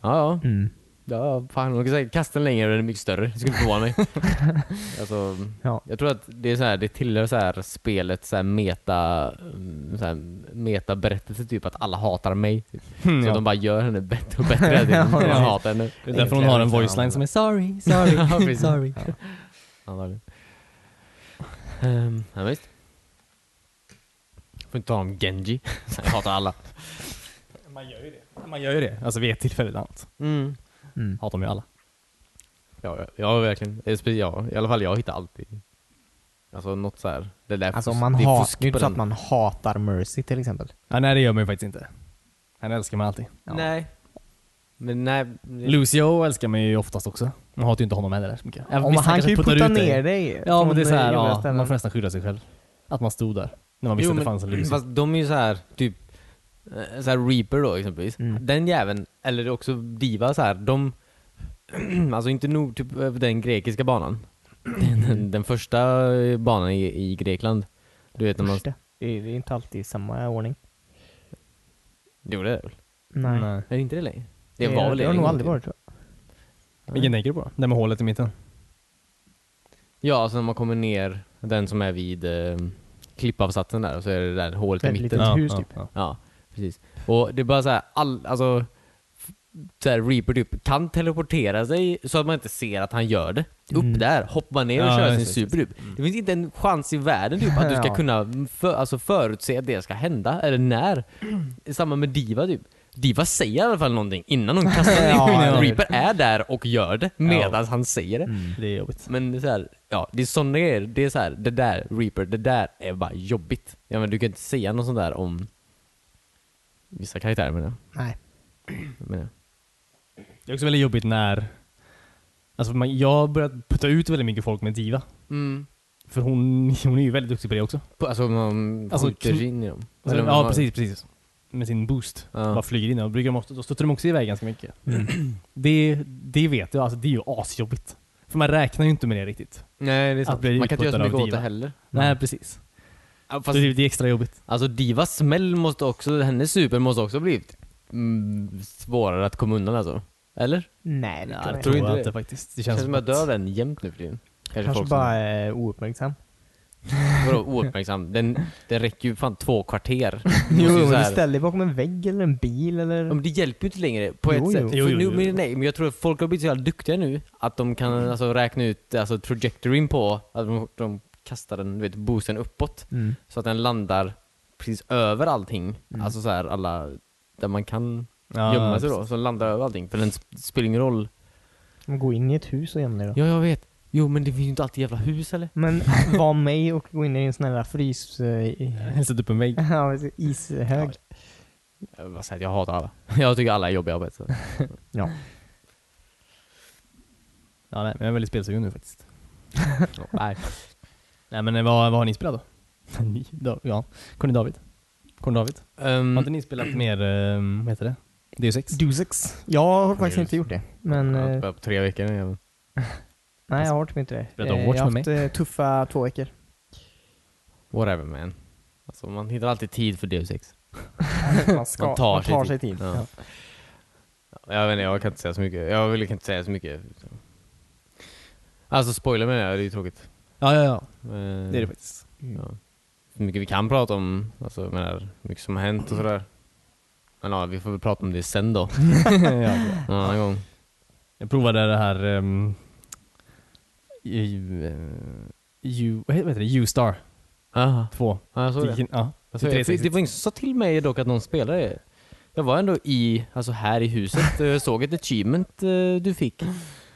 Speaker 1: Ja ja.
Speaker 3: Mm.
Speaker 1: Ja, fan. De kan säkert kasta den längre och den är mycket större. Det skulle inte förvåna mig. alltså,
Speaker 3: Ja.
Speaker 1: Jag tror att det är så här, det tillhör så här spelet så här meta, mm, så här metaberättelse typ att alla hatar mig. Typ. Så
Speaker 2: Hmm, ja.
Speaker 1: de bara gör henne bättre och
Speaker 3: [LAUGHS]
Speaker 1: bättre hela tiden.
Speaker 3: Ja,
Speaker 1: Man
Speaker 3: ja.
Speaker 1: hatar henne.
Speaker 2: det är därför hon har en voiceline som är “Sorry, sorry,
Speaker 1: Ja, precis.
Speaker 2: sorry”.
Speaker 1: Antagligen. Ehm, ja, visst. Får inte ta om Genji. [LAUGHS] Jag hatar alla.
Speaker 2: [LAUGHS] Man gör ju det. Man gör ju det. Alltså vid ett tillfälle eller annat.
Speaker 1: Mm.
Speaker 3: Mm.
Speaker 2: Hatar de ju alla.
Speaker 1: Ja, ja, ja, verkligen. Eh, spe- Ja, I alla fall jag hittar alltid Alltså något så här. Det där
Speaker 3: Alltså
Speaker 1: fus-
Speaker 3: om man
Speaker 1: det är
Speaker 3: hatar,
Speaker 1: fusk
Speaker 3: det är ju
Speaker 1: på
Speaker 3: inte så
Speaker 1: den.
Speaker 3: att man hatar Mercy till exempel.
Speaker 2: Ja, nej, det gör man ju faktiskt inte. Henne älskar man alltid.
Speaker 3: Ja.
Speaker 1: Nej. Men nej. det-
Speaker 2: Lucio älskar man ju oftast också. Man hatar ju inte honom heller så mycket. Även
Speaker 3: Om
Speaker 2: visst,
Speaker 3: han
Speaker 2: kanske
Speaker 3: kan ju
Speaker 2: puttar
Speaker 3: putta
Speaker 2: typ ut dig.
Speaker 3: ner dig.
Speaker 2: Ja, men
Speaker 3: från
Speaker 2: det är så här,
Speaker 3: jobbiga
Speaker 2: ja,
Speaker 3: ställen.
Speaker 2: man får nästan skylla sig själv. Att man stod där. När man visste
Speaker 1: Jo,
Speaker 2: att
Speaker 1: men-
Speaker 2: det fanns en Lucio.
Speaker 1: Fast de är ju så här typ eh, så här Reaper då exempelvis.
Speaker 3: Mm.
Speaker 1: Den jäveln, eller också Diva så här, de [CLEARS THROAT] Alltså inte nog typ över den grekiska banan. Den, den, den första eh, banan i, i Grekland. Du vet när man...
Speaker 3: Första. Det är det är inte alltid i samma ordning.
Speaker 1: Jo det är det väl?
Speaker 2: Nej.
Speaker 1: Är det inte det längre? Det var väl
Speaker 3: Det har
Speaker 1: en
Speaker 3: nog
Speaker 1: gång
Speaker 3: aldrig
Speaker 1: till.
Speaker 3: varit så.
Speaker 2: Vilken tänker du på? Den med hålet i mitten?
Speaker 1: Ja, alltså när man kommer ner, den som är vid eh, klippavsatsen där, så är det där hålet i
Speaker 3: Ett
Speaker 1: mitten.
Speaker 3: litet
Speaker 2: Ja,
Speaker 3: hus
Speaker 2: ja,
Speaker 3: typ.
Speaker 2: ja.
Speaker 1: Ja, precis. Och det är bara så här, all, alltså, f- så här, Reaper typ kan teleportera sig så att man inte ser att han gör det. Upp
Speaker 3: Mm.
Speaker 1: där, hoppar ner och
Speaker 2: Ja,
Speaker 1: kör
Speaker 2: just
Speaker 1: sin
Speaker 2: det,
Speaker 1: super typ. Det finns inte en chans i världen typ att du ska
Speaker 3: Ja.
Speaker 1: kunna för, alltså, förutse att det ska hända, eller när. Samma med Diva typ. Diva säger i alla fall någonting innan hon kastar
Speaker 3: Ja,
Speaker 1: in
Speaker 3: eller hur?
Speaker 1: Reaper är där och gör det medan han säger det.
Speaker 2: Det är jobbigt.
Speaker 1: Men det är så här, ja, det är sådana grejer. Det är så här, det där Reaper, det där är bara jobbigt. Ja men du kan inte säga något sånt där om vissa karaktärer menar jag.
Speaker 3: Nej.
Speaker 1: menar jag.
Speaker 2: Det är också väldigt jobbigt när... Alltså man, jag har börjat putta ut väldigt mycket folk med Diva. Mm. För hon, [LAUGHS] hon är ju väldigt duktig på det också.
Speaker 1: På- Alltså man
Speaker 2: Alltså,
Speaker 1: skjuter
Speaker 2: kn-
Speaker 1: sig in i dem.
Speaker 2: Alltså,
Speaker 1: Eller
Speaker 2: ja,
Speaker 1: man har-
Speaker 2: precis, precis. Med sin boost.
Speaker 1: Ja.
Speaker 2: Bara flyger in och brukar de ofta, då stöter de också iväg ganska mycket. [CLEARS THROAT] Det, det vet jag, alltså det är ju asjobbigt. För man räknar ju inte med det riktigt.
Speaker 1: Nej det är
Speaker 2: Att
Speaker 1: sant.
Speaker 2: bli
Speaker 1: Man kan inte göra så
Speaker 2: utputtad
Speaker 1: mycket
Speaker 2: av
Speaker 1: åt det
Speaker 2: Diva.
Speaker 1: heller.
Speaker 2: Nej, precis.
Speaker 1: Ja, Fast,
Speaker 2: Fast, det, det är extra jobbigt.
Speaker 1: alltså Divas smäll måste också, hennes super måste också blivit mm, svårare att komma undan alltså. Eller?
Speaker 3: Nej, det
Speaker 1: Nej,
Speaker 3: tror jag
Speaker 1: det tror
Speaker 3: inte.
Speaker 1: inte
Speaker 2: jag
Speaker 1: det.
Speaker 2: inte faktiskt. Det
Speaker 1: Känns, som att jag dör
Speaker 2: att-
Speaker 1: den jämt nu för tiden. Kanske,
Speaker 3: Kanske
Speaker 1: folk
Speaker 3: bara
Speaker 1: som
Speaker 3: eh, ouppmärksam.
Speaker 1: Vadå ouppmärksam? Den, den räcker ju fan två kvarter.
Speaker 2: [LAUGHS]
Speaker 3: [LAUGHS] Jo,
Speaker 1: Så
Speaker 3: men
Speaker 1: här-
Speaker 3: du ställer dig bakom en vägg eller en bil eller...
Speaker 1: Ja, men det hjälper ju inte längre på ett
Speaker 3: Jo, jo.
Speaker 1: sätt.
Speaker 2: Jo,
Speaker 1: För
Speaker 2: jo,
Speaker 1: nu,
Speaker 2: jo.
Speaker 1: Men, nej, men jag tror att folk har blivit så jävla duktiga nu att de kan alltså, räkna ut alltså, trajectoryn på, att de, de kastar den, du vet, boosten uppåt
Speaker 3: Mm.
Speaker 1: så att den landar precis över allting. Alltså så här alla, där man kan
Speaker 2: Ja,
Speaker 1: gömma sig då, så den landar över allting. För den sp- spelar ingen roll.
Speaker 3: Men Gå in i ett hus och göm dig då.
Speaker 1: Ja, jag vet. Jo, men det finns ju inte alltid jävla hus eller?
Speaker 3: Men var mig och gå in i en sån här frys... eh, i-
Speaker 2: Hälsat upp en vägg.
Speaker 3: [LAUGHS] Ja, precis, ishög.
Speaker 1: Jag, vill bara säga att jag hatar alla. [LAUGHS] Jag tycker alla är jobbiga på ett sätt.
Speaker 3: Ja.
Speaker 2: Ja, nej, men jag är väldigt spelsugen
Speaker 1: [LAUGHS]
Speaker 2: nu faktiskt.
Speaker 1: Nej.
Speaker 2: Nej, men eh, vad, vad har ni spelat då? [LAUGHS] ni? Då, ja. Conny David? Conny David?
Speaker 1: Ehm,
Speaker 2: Har inte ni spelat mer, um, vad heter det? Deus Ex?
Speaker 3: Dusex. Jag har faktiskt
Speaker 1: Deus.
Speaker 3: inte gjort det.
Speaker 1: jag
Speaker 3: Men...
Speaker 1: har inte
Speaker 3: eh,
Speaker 1: börjat på tre veckor nu. jag-
Speaker 3: Nej, jag har typ inte det.
Speaker 2: Spelat
Speaker 3: Eh,
Speaker 2: Overwatch
Speaker 3: jag har
Speaker 2: med
Speaker 3: haft eh, tuffa två veckor.
Speaker 1: Whatever man. Alltså, man hittar alltid tid för Deus Ex.
Speaker 3: Man, ska,
Speaker 1: Man tar sig
Speaker 3: sig
Speaker 1: tid.
Speaker 3: tid.
Speaker 1: Ja.
Speaker 3: Ja.
Speaker 1: Jag vet inte, jag kan inte säga så mycket. Jag vill inte säga så mycket. Alltså spoiler menar jag, det är ju tråkigt.
Speaker 2: Ja, ja, ja.
Speaker 1: Eh,
Speaker 2: Det är det faktiskt.
Speaker 1: ja. Hur mycket vi kan prata om, alltså jag menar, hur mycket som har hänt och sådär. Men ja, vi får väl prata om det sen då.
Speaker 2: ja,
Speaker 1: Någon annan gång.
Speaker 2: Jag provade det här... Um, U, U, vad heter det? U-Star
Speaker 1: Aha.
Speaker 2: 2.
Speaker 1: Ja, jag såg det.
Speaker 2: Vilken- Ja,
Speaker 1: Jag såg det. det var ingen som sa till mig dock att någon spelade det. Jag var ändå i, alltså här i huset och jag såg ett achievement eh, du fick. Eh,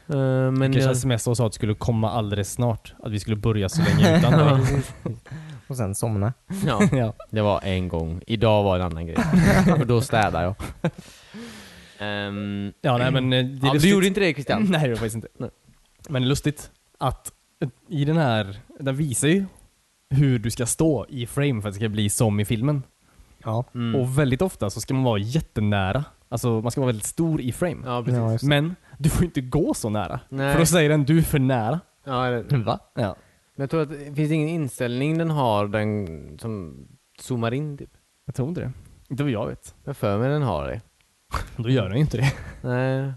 Speaker 1: Men eh,
Speaker 2: Kanske
Speaker 1: jag,
Speaker 2: sms och sa att det skulle komma alldeles snart. Att vi skulle börja så länge utan dig.
Speaker 3: Och sen somna.
Speaker 1: ja,
Speaker 2: [LAUGHS] ja.
Speaker 1: Det var en gång. Idag var en annan grej. Och då städade jag. Ehm,
Speaker 2: ja, nej men eh, det Mm. är
Speaker 1: ja, du
Speaker 2: lustigt.
Speaker 1: gjorde inte det Christian?
Speaker 2: [LAUGHS] Nej, det var faktiskt inte.
Speaker 1: Nej.
Speaker 2: Men det är lustigt att eh, i den här, den visar ju hur du ska stå i frame för att det ska bli som i filmen.
Speaker 3: [LAUGHS] Ja.
Speaker 1: Mm.
Speaker 2: Och väldigt ofta så ska man vara jättenära. Alltså man ska vara väldigt stor i frame.
Speaker 1: Ja, precis.
Speaker 3: ja just det.
Speaker 2: Men du får inte gå så nära.
Speaker 1: Typ Nej.
Speaker 2: För då säger den du är för nära.
Speaker 1: Ja, det-
Speaker 2: Va? Ja.
Speaker 1: men jag tror att det finns ingen inställning den har den som zoomar in typ.
Speaker 2: Jag tror inte det. Inte vad jag vet.
Speaker 1: Jag för mig den har det.
Speaker 2: Då gör den ju inte det.
Speaker 1: Nej.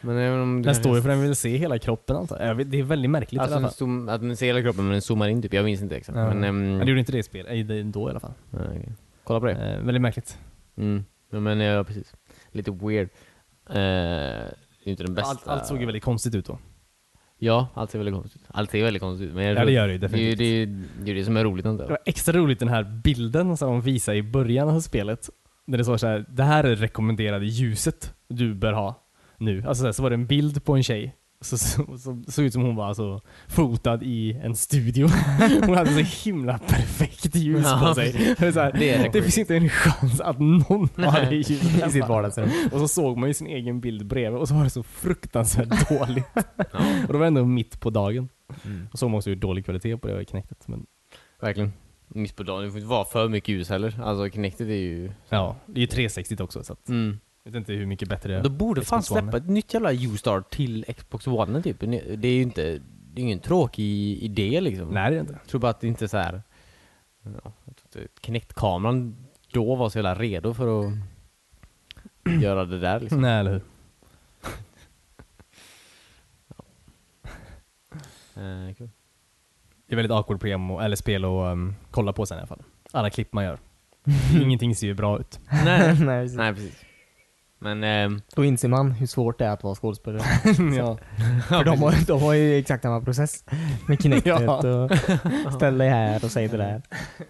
Speaker 1: Men även om du
Speaker 2: Den står ju för att den vill se hela kroppen antar jag. jag. vet- Det är väldigt märkligt
Speaker 1: Alltså
Speaker 2: i alla
Speaker 1: den
Speaker 2: fall.
Speaker 1: zoom, att den ser hela kroppen men den zoomar in typ. Jag minns inte exakt.
Speaker 2: Ja.
Speaker 1: Men, ehm,
Speaker 2: Men det gjorde inte det i spel, eh, det- då i alla fall.
Speaker 1: nej, okej. Kolla på det.
Speaker 2: Eh, väldigt märkligt.
Speaker 1: Mm. Ja, men ja, precis. Lite weird. Eh, det är inte den bästa.
Speaker 2: Allt, allt såg ju väldigt konstigt ut då.
Speaker 1: Ja, allt ser väldigt konstigt ut. Allt ser väldigt konstigt ut. Men jag
Speaker 2: Ja
Speaker 1: tror-
Speaker 2: det gör det ju
Speaker 1: Det är ju
Speaker 2: definitivt.
Speaker 1: det, är, det, är det som är roligt [LAUGHS] antar jag.
Speaker 2: Det var extra roligt den här bilden som de visar i början av spelet. Där det står så här, det här är det rekommenderade ljuset du bör ha nu. Alltså så, här, så var det en bild på en tjej. Så, så, så såg ut som hon var alltså fotad i en studio. [LAUGHS] Hon hade så himla perfekt ljus
Speaker 1: Ja,
Speaker 2: på sig. Det, är så här,
Speaker 1: Det är det
Speaker 2: det, finns inte en chans att [LAUGHS] någon har det ljuset
Speaker 3: I sitt vardagsrum.
Speaker 2: Och så såg man ju sin egen bild bredvid och så var det så fruktansvärt [LAUGHS] dåligt.
Speaker 1: Ja.
Speaker 2: Och det var ändå mitt på dagen.
Speaker 1: Mm.
Speaker 2: Och så såg man också hur dålig kvalitet på det var i knäktet. Men
Speaker 1: Verkligen. Miss på dagen, det får inte vara för mycket ljus heller. Alltså knäktet är ju...
Speaker 2: ja, det är ju 360 också så att
Speaker 1: Mm.
Speaker 2: Jag vet inte hur mycket bättre det
Speaker 1: De borde fan
Speaker 2: Xbox One.
Speaker 1: släppa ett nytt jävla U-Star till Xbox One typ. Det är ju inte... Det är ingen tråkig idé liksom.
Speaker 2: Nej, det är inte.
Speaker 1: Jag tror bara att det inte är så här... Ja, jag tror inte- Kinect-kameran då var så jävla redo för att [CLEARS THROAT] göra det där liksom.
Speaker 2: Nej, eller hur?
Speaker 1: Eh, kul.
Speaker 2: Det är väldigt awkward program, och, eller spel att um, kolla på sen i alla fall. Alla klipp man [LAUGHS] gör. Ingenting ser ju bra ut.
Speaker 1: Nej,
Speaker 3: Nej, precis.
Speaker 1: nej precis. Men... ehm,
Speaker 3: Då inser man hur svårt det är att vara skådespelare.
Speaker 2: ja.
Speaker 3: För de har, de har ju exakt samma process med knäcket
Speaker 2: Ja.
Speaker 3: och ställ dig här och säg det där.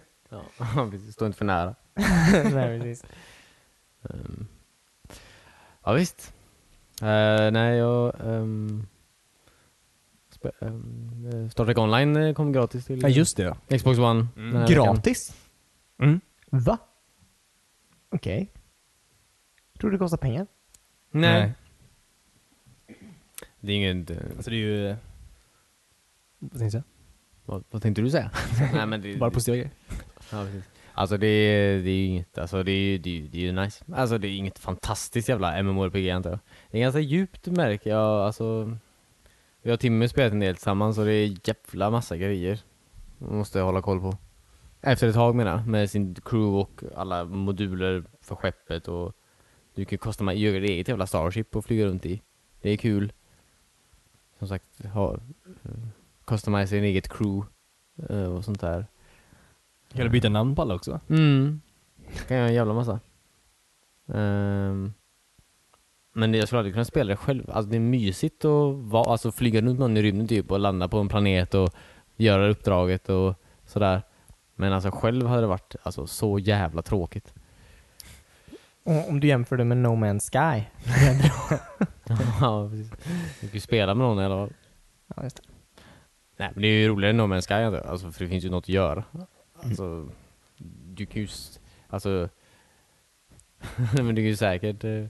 Speaker 1: [LAUGHS] ja, precis. Stå inte för nära.
Speaker 3: Nej, precis.
Speaker 1: Ehm, Ja visst. Eh, nej, jag... Um, Star Trek Online ehm, eh, kom gratis till
Speaker 2: ja, just det ja.
Speaker 1: Xbox One.
Speaker 2: Mm.
Speaker 1: den här veckan.
Speaker 3: Gratis?
Speaker 2: Mm.
Speaker 3: Va? Okej. Tror du det kostar pengar?
Speaker 1: Nej. Det är inget... eh,
Speaker 2: Alltså det är ju... eh, Vad tänkte
Speaker 1: Vad, vad tänkte du säga? nej, men det,
Speaker 2: jag? Bara positiva grejer.
Speaker 1: Ja, precis. Alltså det, är- det är ju inget, alltså det är ju det, är- det är ju nice. Alltså det är inget fantastiskt jävla MMORPG antar jag. Det är ganska djupt märker jag, alltså. Vi har Timmy spelat en del tillsammans och det är jävla massa grejer. Man måste hålla koll på. Efter ett tag menar jag, med sin crew och alla moduler för skeppet och du kan kosta göra ditt eget jävla Starship och flyga runt i. Det är kul. Som sagt, ha, customize sin eget crew eh, och sånt där.
Speaker 2: Kan du byta namn på alla också?
Speaker 1: Mm. Kan jag en jävla massa. Ehm, men jag skulle aldrig kunna spela det själv. Alltså det är mysigt att vara, alltså, flyga runt någon i rymden typ och landa på en planet och göra uppdraget och sådär. Men alltså själv hade det varit alltså, så jävla tråkigt.
Speaker 3: Och Om du jämför det med No Man's Sky.
Speaker 1: [LAUGHS] ja, precis. Du kan ju spela med någon eller vad.
Speaker 3: Ja, just det.
Speaker 1: Nej men det är ju roligare än No Man's Sky antar jag. alltså, för det finns ju något att göra. Alltså, du kan ju... s- Alltså... [LAUGHS] men du kan ju säkert... eh,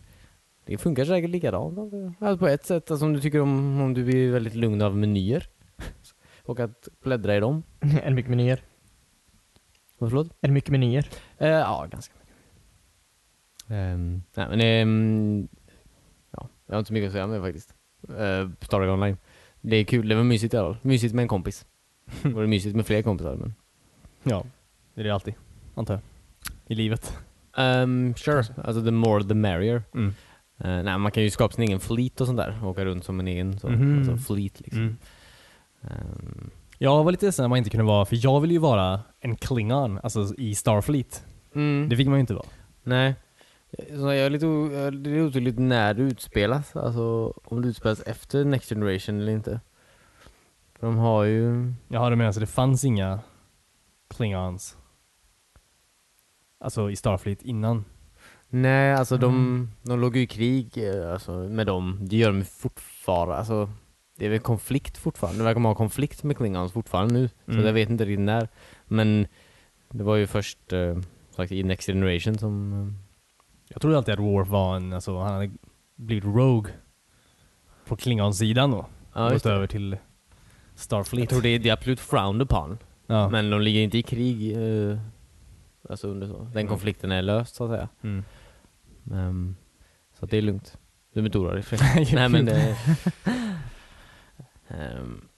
Speaker 1: Det funkar säkert likadant. antar jag. Alltså på ett sätt, alltså om du tycker om, om du blir väldigt lugn av menyer. [LAUGHS] Och att bläddra i dem.
Speaker 3: Är det [LAUGHS] mycket menyer?
Speaker 1: Vad Förlåt?
Speaker 3: Är det mycket menyer?
Speaker 1: Eh, ja, ganska mycket. Ehm, nej men... ehm, ja, jag har inte så mycket att säga om det faktiskt. Uh, Star Trek Online. Det är kul, det var mysigt i alla fall. Mysigt med en kompis. [LAUGHS] Det var mysigt med fler kompisar men...
Speaker 2: Ja. Det är det alltid, antar jag. I livet.
Speaker 1: Um, sure, alltså the more the merrier.
Speaker 2: Mm.
Speaker 1: Eh, nej, man kan ju skapa sin egen fleet och sånt där. Åka runt som en egen så,
Speaker 2: Mhm.
Speaker 1: alltså fleet liksom.
Speaker 2: Mm.
Speaker 1: Ehm,
Speaker 2: Jag var lite ledsen att man inte kunde vara, för jag ville ju vara en klingon, alltså i Starfleet.
Speaker 1: mm,
Speaker 2: Det fick man ju inte vara.
Speaker 1: Nej. Så jag är lite o- jag är- det är otydligt när det utspelas. Alltså om det utspelas efter Next Generation eller inte. För de har ju...
Speaker 2: Jaha, du menar så det fanns inga klingons? Alltså i Starfleet innan?
Speaker 1: Nej, alltså de, de låg ju i krig eh, alltså, med dem. Det gör de fortfarande. Alltså, det är väl konflikt fortfarande. Det verkar man ha konflikt med Klingons fortfarande nu.
Speaker 2: Mm.
Speaker 1: Så jag vet inte riktigt när. Men det var ju först eh, som sagt, i Next Generation som... eh,
Speaker 2: Jag trodde alltid att Worf var en, alltså han hade blivit Rogue på klingonsidan då.
Speaker 1: Ja, just
Speaker 2: gått
Speaker 1: det.
Speaker 2: över till
Speaker 1: Jag
Speaker 2: Starfleet.
Speaker 1: tror det är det är absolut frowned upon.
Speaker 2: Ja.
Speaker 1: Men de ligger inte i krig. eh, alltså under så. Den konflikten är löst så att säga.
Speaker 2: Mm.
Speaker 1: Ehm, så att det är lugnt. Du är inte orolig för [LAUGHS] det. Nej men det... [LAUGHS] Ehm,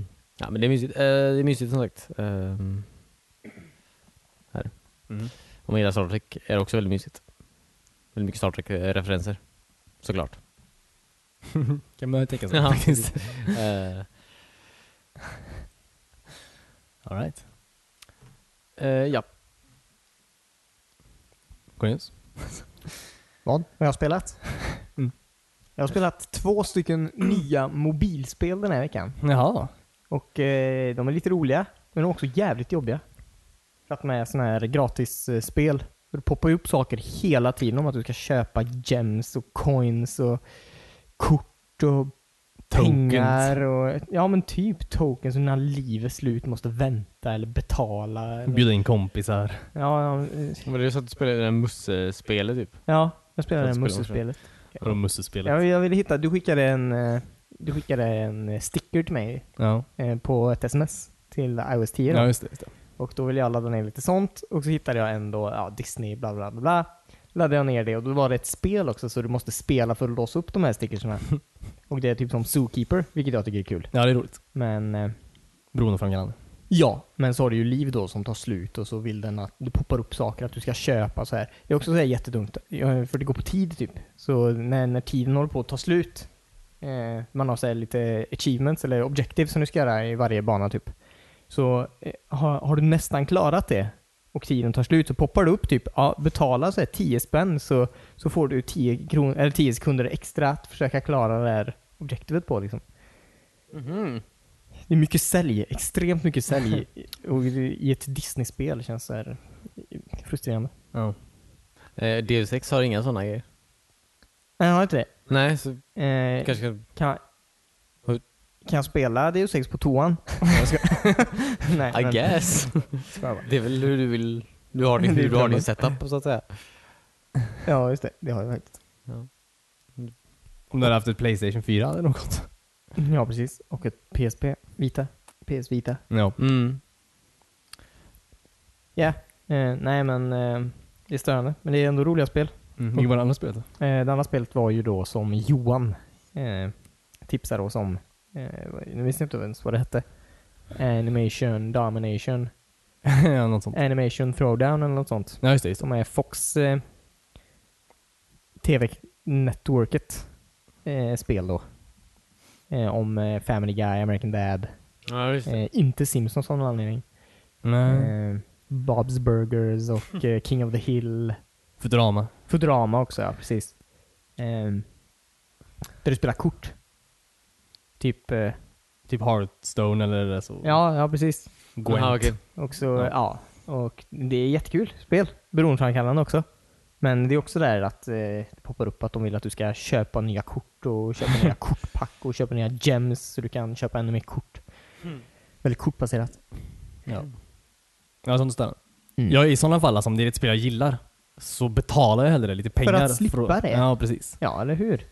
Speaker 1: [CLEARS THROAT] ja men det är mysigt. Eh, det är mysigt som sagt. Ehm,
Speaker 2: Mm.
Speaker 1: om man gillar Star Trek är det också väldigt mysigt. Väldigt mycket Star Trek-referenser. Såklart.
Speaker 2: kan man ju tänka sig
Speaker 1: Ja,
Speaker 2: faktiskt.
Speaker 1: [LAUGHS] Eh,
Speaker 2: All right.
Speaker 1: eh, ja.
Speaker 2: Cornelius?
Speaker 3: Vad? Vad jag har spelat?
Speaker 2: Mm.
Speaker 3: Jag har spelat två stycken nya mobilspel den här veckan.
Speaker 2: Jaha.
Speaker 3: Och eh, de är lite roliga, men de är också jävligt jobbiga. För att de är sådana här gratisspel. Eh, spel. För det poppar ju upp saker hela tiden om att du ska köpa gems och coins och kort och pengar och ja men typ tokens och när livet är slut måste vänta eller betala. Eller,
Speaker 2: Bjuda in kompisar.
Speaker 3: ja, ja, eh,
Speaker 1: Var det så att du spelade det där Musse-spelet typ?
Speaker 3: ja, jag spelade
Speaker 1: Jag
Speaker 3: det här
Speaker 1: spelar också.
Speaker 3: musselspelet.
Speaker 2: Och mussespelet.
Speaker 3: Jag, jag ville hitta, du skickade en, eh, du skickade en eh, sticker till mig
Speaker 2: Ja.
Speaker 3: eh, på ett sms till iOS 10 då.
Speaker 2: ja, just det. Just det.
Speaker 3: Och då ville jag ladda ner lite sånt och så hittade jag en då, ja, Disney bla bla bla bla. Laddade jag ner det och då var det ett spel också så du måste spela för att låsa upp de här stickerserna. och det är typ som Zookeeper, vilket jag tycker är kul.
Speaker 2: Ja, det är roligt.
Speaker 3: Men eh,
Speaker 2: Beroendeframkallande.
Speaker 3: ja, men så har du ju liv då som tar slut och så vill den att det poppar upp saker att du ska köpa så här. Det är också så här jättedumt, eh, för det går på tid typ. Så när, när tiden håller på att ta slut, eh, man har så här lite achievements eller objectives som du ska göra i varje bana typ. Så eh, har, har du nästan klarat det och tiden tar slut så poppar det upp typ, ja, betala så här 10 spänn så, så får du 10, kron, eller 10 sekunder extra att försöka klara det här objektivet på liksom.
Speaker 1: Mhm.
Speaker 3: Det är mycket sälj, extremt
Speaker 1: [LAUGHS]
Speaker 3: mycket sälj. och i ett Disney-spel känns det här frustrerande.
Speaker 2: Ja.
Speaker 1: Eh, Deus Ex har inga sådana grejer.
Speaker 3: Nej, jag har inte det.
Speaker 1: Nej, så
Speaker 3: Eh,
Speaker 1: kanske kan...
Speaker 3: kan,
Speaker 1: Hur-
Speaker 3: kan jag spela Deus Ex
Speaker 1: [LAUGHS]
Speaker 3: på toan? [LAUGHS] Nej,
Speaker 1: I [LAUGHS] guess.
Speaker 3: ska jag bara.
Speaker 1: Det är väl hur du vill... Du [LAUGHS] har din,
Speaker 3: Det är
Speaker 1: hur du har din
Speaker 3: planen.
Speaker 1: setup så att säga.
Speaker 3: Ja, just det. Det har jag faktiskt.
Speaker 2: Om du hade haft ett Playstation 4 eller något.
Speaker 3: Ja, precis. Och ett PSP. Vita. PS Vita.
Speaker 2: Ja.
Speaker 1: Mm.
Speaker 3: Ja. Eh, nej, men eh, det är störande. Men det är ändå roliga spel.
Speaker 2: Mm. Vilket var det andra spelet [LAUGHS] då?
Speaker 3: Eh, det andra spelet var ju då som Johan eh, tipsade oss om. Eh, vad- nu visste jag inte ens vad det hette. Animation Domination.
Speaker 2: ja, något
Speaker 3: Eh.
Speaker 2: sånt.
Speaker 3: Animation Throwdown eller något sånt.
Speaker 2: Ja, just det. Just det.
Speaker 3: Som är Fox eh, TV-networket eh, spel då. Eh, om eh, Family Guy, American Dad.
Speaker 1: Ja, just det. Mm.
Speaker 3: Eh, inte Simpsons av någon anledning.
Speaker 2: Nej.
Speaker 3: Eh, Bob's
Speaker 1: [LAUGHS]
Speaker 3: Burgers och eh, King of the Hill.
Speaker 2: Futurama.
Speaker 3: Futurama också, ja precis. Eh, där du spelar kort. Typ, eh,
Speaker 2: Typ Hearthstone eller det så.
Speaker 3: ja, ja precis.
Speaker 2: Gwent.
Speaker 1: Aha, okej.
Speaker 3: Och så,
Speaker 2: Ja.
Speaker 3: ja. Och det är jättekul spel. Beroendeframkallande också. Men det är också där att eh, det poppar upp att de vill att du ska köpa nya kort och köpa nya kortpack och köpa nya gems så du kan köpa ännu mer kort. Väldigt kortbaserat.
Speaker 2: Ja. Ja, sånt stämmer.
Speaker 3: Mm.
Speaker 2: Ja, i sådana fall, alltså, om det är ett spel jag gillar, så betalar jag hellre lite pengar.
Speaker 3: att slippa det.
Speaker 2: Ja, precis.
Speaker 3: Ja, eller hur?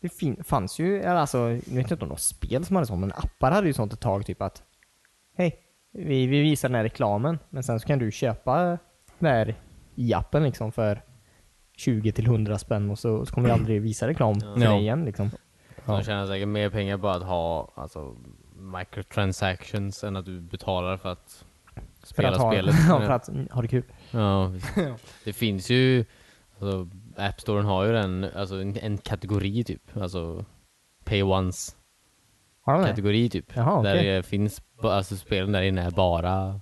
Speaker 3: Det fin- fanns ju, eller alltså, jag vet inte om det var spel som hade sånt, men appar hade ju sånt ett tag, typ att Hej, vi, vi visar den här reklamen, men sen så kan du köpa den här i appen liksom för 20-100 spänn och så, så kommer vi aldrig visa reklam för
Speaker 2: Ja.
Speaker 3: dig igen liksom.
Speaker 1: De tjänar säkert mer pengar på att ha alltså, microtransactions än att du betalar för att
Speaker 3: För
Speaker 1: spela
Speaker 3: att ha,
Speaker 1: spelet.
Speaker 3: [LAUGHS] ja, för att mm, ha det kul.
Speaker 1: Ja, visst. det finns ju... Alltså, App Storen har ju den, alltså, en, en kategori typ. Alltså pay once
Speaker 3: Har de det?
Speaker 1: kategori typ.
Speaker 3: Jaha,
Speaker 1: där
Speaker 3: okej.
Speaker 1: det finns, ba- alltså spelen där inne är bara...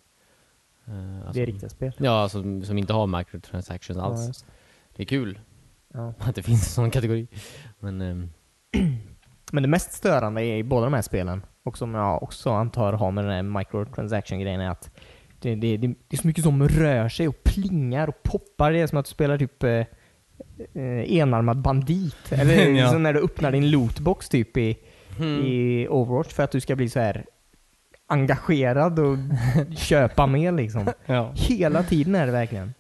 Speaker 1: eh, alltså,
Speaker 3: Det är riktiga spel.
Speaker 1: Ja, alltså, som inte har microtransactions alls.
Speaker 3: Ja, just det.
Speaker 1: Det är kul [LAUGHS]
Speaker 3: Ja.
Speaker 1: att det finns en sån kategori. Men ehm,
Speaker 3: Men det mest störande i båda de här spelen, och som jag också antar har med den här microtransaction-grejen, är att det, det, det, det är så mycket som rör sig och plingar och poppar. Det är som att du spelar typ eh, eh, enarmad
Speaker 2: [LAUGHS]
Speaker 3: bandit. Eller
Speaker 2: Ja. Hmm.
Speaker 3: som när du öppnar din lootbox typ i, i Overwatch för att du ska bli så här
Speaker 2: [LAUGHS]
Speaker 3: engagerad och köpa mer liksom.
Speaker 2: Ja.
Speaker 3: Hela tiden är det verkligen.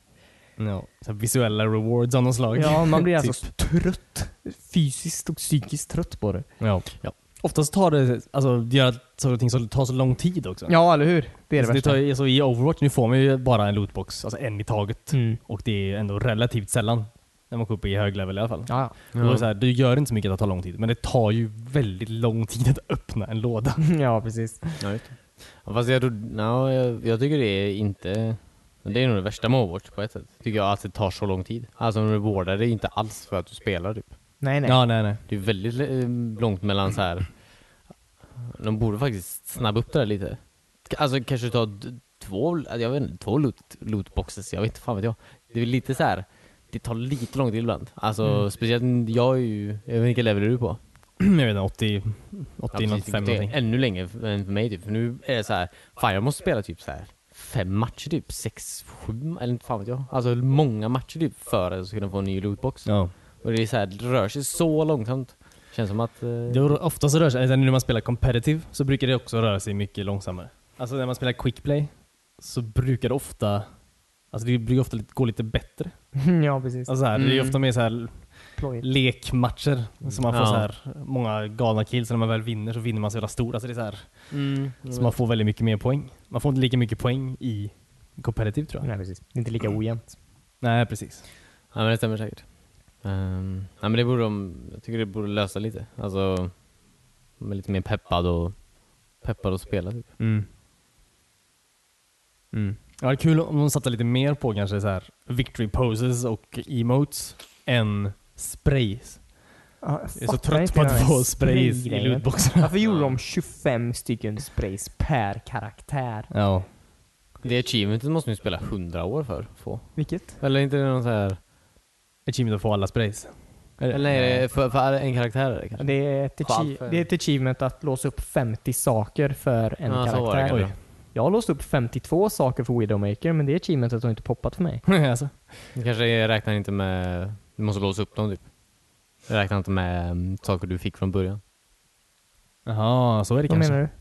Speaker 2: ja. Så här visuella rewards av något slag. Typ.
Speaker 3: Ja, man
Speaker 2: [LAUGHS]
Speaker 3: blir alltså trött. Fysiskt och psykiskt trött på det.
Speaker 2: Ja. ja. Oftast tar det, alltså det gör att saker och ting så- tar så lång tid också.
Speaker 3: Ja, eller hur? Det är det
Speaker 2: alltså, det
Speaker 3: värsta.
Speaker 2: tar, ju- alltså, I Overwatch nu får man ju bara en lootbox, alltså en i taget.
Speaker 3: Mm.
Speaker 2: Och det är ändå relativt sällan när man går upp i hög level i alla fall.
Speaker 3: Ja, ja.
Speaker 2: Och det är så här, det gör inte så mycket att det tar lång tid, men det tar ju väldigt lång tid att öppna en låda.
Speaker 3: Mm, ja, precis.
Speaker 1: Ja, just det. Ja, Fast jag, tror, no, jag, jag tycker det är inte... Det är nog det värsta med Overwatch på ett sätt. Tycker jag att det tar så lång tid. Alltså de rewardar dig inte alls för att du spelar typ.
Speaker 3: Nej, nej.
Speaker 2: Ja, nej, [CLEARS THROAT] nej.
Speaker 1: Det är väldigt eh, långt mellan så här. De borde faktiskt snabba upp det där lite. K- Alltså kanske ta d- två, alltså, jag vet inte, två loot, lootboxes, jag vet inte, fan vet jag. Det är väl lite så här. det tar lite lång tid ibland. Alltså
Speaker 2: Mm.
Speaker 1: speciellt, jag är ju, jag vet inte vilka level är du på?
Speaker 2: Jag vet inte, 80, 80
Speaker 1: Ja,
Speaker 2: ja,
Speaker 1: precis.
Speaker 2: 95
Speaker 1: Det är
Speaker 2: någonting.
Speaker 1: Ännu längre f- än för mig typ. För nu är det så här, fan jag måste spela typ så här fem matcher typ, sex, sju, eller inte fan vet jag. Alltså många matcher typ för att jag ska kunna få en ny lootbox.
Speaker 2: Ja.
Speaker 1: Och det är så här, det rör sig så långsamt. Känns som att... Eh,
Speaker 2: Det rör- oftast rör sig, eller när man spelar competitive så brukar det också röra sig mycket långsammare. Alltså när man spelar quickplay så brukar det ofta, alltså det brukar ofta lite- gå lite bättre.
Speaker 3: Mm, ja, precis.
Speaker 2: Alltså så här, Det är
Speaker 1: Mm.
Speaker 2: ofta mer så här
Speaker 3: Plojigt.
Speaker 2: lekmatcher som man får
Speaker 1: Ja.
Speaker 2: så här många galna kills. och När man väl vinner så vinner man så jävla stort. Alltså det är så, här,
Speaker 1: mm, jag
Speaker 2: så
Speaker 1: vet.
Speaker 2: man får väldigt mycket mer poäng. Man får inte lika mycket poäng i competitive tror jag.
Speaker 3: Nej, precis. Det är inte
Speaker 2: Mm.
Speaker 3: lika ojämnt.
Speaker 2: Nej, precis.
Speaker 1: Ja men det stämmer säkert. Um, ja men det borde de, jag tycker det borde lösa lite. Alltså, med lite mer peppad och peppad att spela typ.
Speaker 2: Mm. Mm. Ja, det är kul om de satsar lite mer på kanske så här victory poses och emotes än sprays.
Speaker 3: Ja,
Speaker 2: Jag är så
Speaker 3: fattar
Speaker 2: trött
Speaker 3: inte
Speaker 2: på
Speaker 3: den
Speaker 2: att
Speaker 3: här
Speaker 2: få sprays i
Speaker 3: spraygrejen.
Speaker 2: lootboxarna.
Speaker 3: Varför gjorde de 25 stycken sprays per karaktär?
Speaker 2: Ja.
Speaker 1: Det achievementet måste man ju spela 100 år för att få.
Speaker 3: Vilket?
Speaker 1: Eller inte det någon så här...
Speaker 2: Achievement att få alla sprays.
Speaker 1: Eller nej, det är för, för en karaktär är det kanske?
Speaker 3: Det är, ett
Speaker 1: Själv för-
Speaker 3: achi- det är ett achievement att låsa upp 50 saker för en
Speaker 1: Ja, så var det
Speaker 3: karaktär.
Speaker 1: kanske.
Speaker 3: Jag har låst upp 52 saker för Widowmaker, men det achievementet har inte poppat för mig.
Speaker 2: [LAUGHS] alltså.
Speaker 1: Det kanske är- räknar inte med... Du måste låsa upp dem typ. Det räknar inte med mm, saker du fick från början.
Speaker 2: Jaha, så är det
Speaker 3: Vad
Speaker 2: kanske.
Speaker 3: menar du?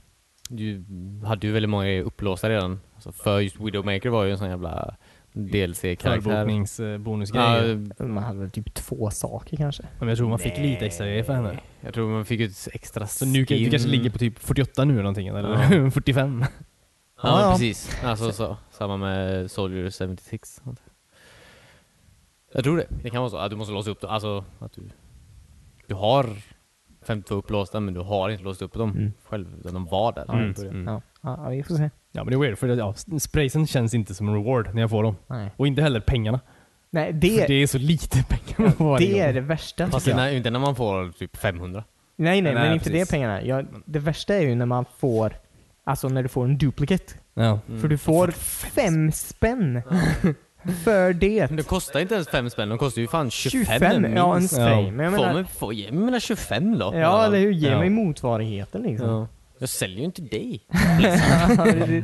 Speaker 1: Du hade ju väldigt många upplåsta redan. Alltså för just Widowmaker var ju en sån jävla DLC-karaktär.
Speaker 2: eh,
Speaker 1: Ja,
Speaker 2: Förbokningsbonusgrejer.
Speaker 3: Man hade väl typ två saker kanske?
Speaker 2: men jag tror man fick lite extra grejer för henne.
Speaker 1: jag tror man fick ut extra
Speaker 2: Så nu kan, du
Speaker 1: skin.
Speaker 2: kanske ligger på typ 48 nu eller någonting, eller [LAUGHS] 45.
Speaker 1: Ja,
Speaker 3: Ja, ja.
Speaker 1: precis. Alltså, så. Samma med Soldier 76. Jag tror det. Det kan vara så att du måste låsa upp dem. Alltså att du... Du har 52 upplåsta men du har inte låst upp dem
Speaker 3: Mm.
Speaker 1: själv. Utan de var där.
Speaker 2: Mm.
Speaker 1: i början.
Speaker 2: Mm.
Speaker 3: Ja. Ja, ja, vi får se.
Speaker 2: Ja men det är weird, för det, ja, spraysen känns inte som en reward när jag får dem.
Speaker 3: Nej,
Speaker 2: Och inte heller pengarna.
Speaker 3: Nej
Speaker 2: För
Speaker 3: det,
Speaker 2: det
Speaker 3: det,
Speaker 2: är så lite [LAUGHS] pengar man får varje
Speaker 3: är
Speaker 2: gång.
Speaker 3: det värsta
Speaker 1: Fast
Speaker 3: tycker jag.
Speaker 1: när, inte när man får typ 500.
Speaker 3: Nej, nej,
Speaker 2: Nej,
Speaker 3: men inte
Speaker 2: precis.
Speaker 3: det pengarna. Jag, det värsta är ju när man får, alltså när du får en duplicate.
Speaker 2: Ja.
Speaker 3: För du får fem spänn [LAUGHS] för det.
Speaker 1: Men det kostar inte ens 5 spänn. De kostar ju fan 25,
Speaker 3: 25, ja en
Speaker 1: minst.
Speaker 3: spray.
Speaker 2: Ja.
Speaker 3: Men jag
Speaker 1: Får
Speaker 3: menar,
Speaker 1: mig, får, ge mig mina 25 då.
Speaker 3: ja eller hur, ge
Speaker 2: Ja.
Speaker 3: mig motsvarigheten liksom. [LAUGHS]
Speaker 1: Ja. Jag säljer ju inte dig.
Speaker 3: Nej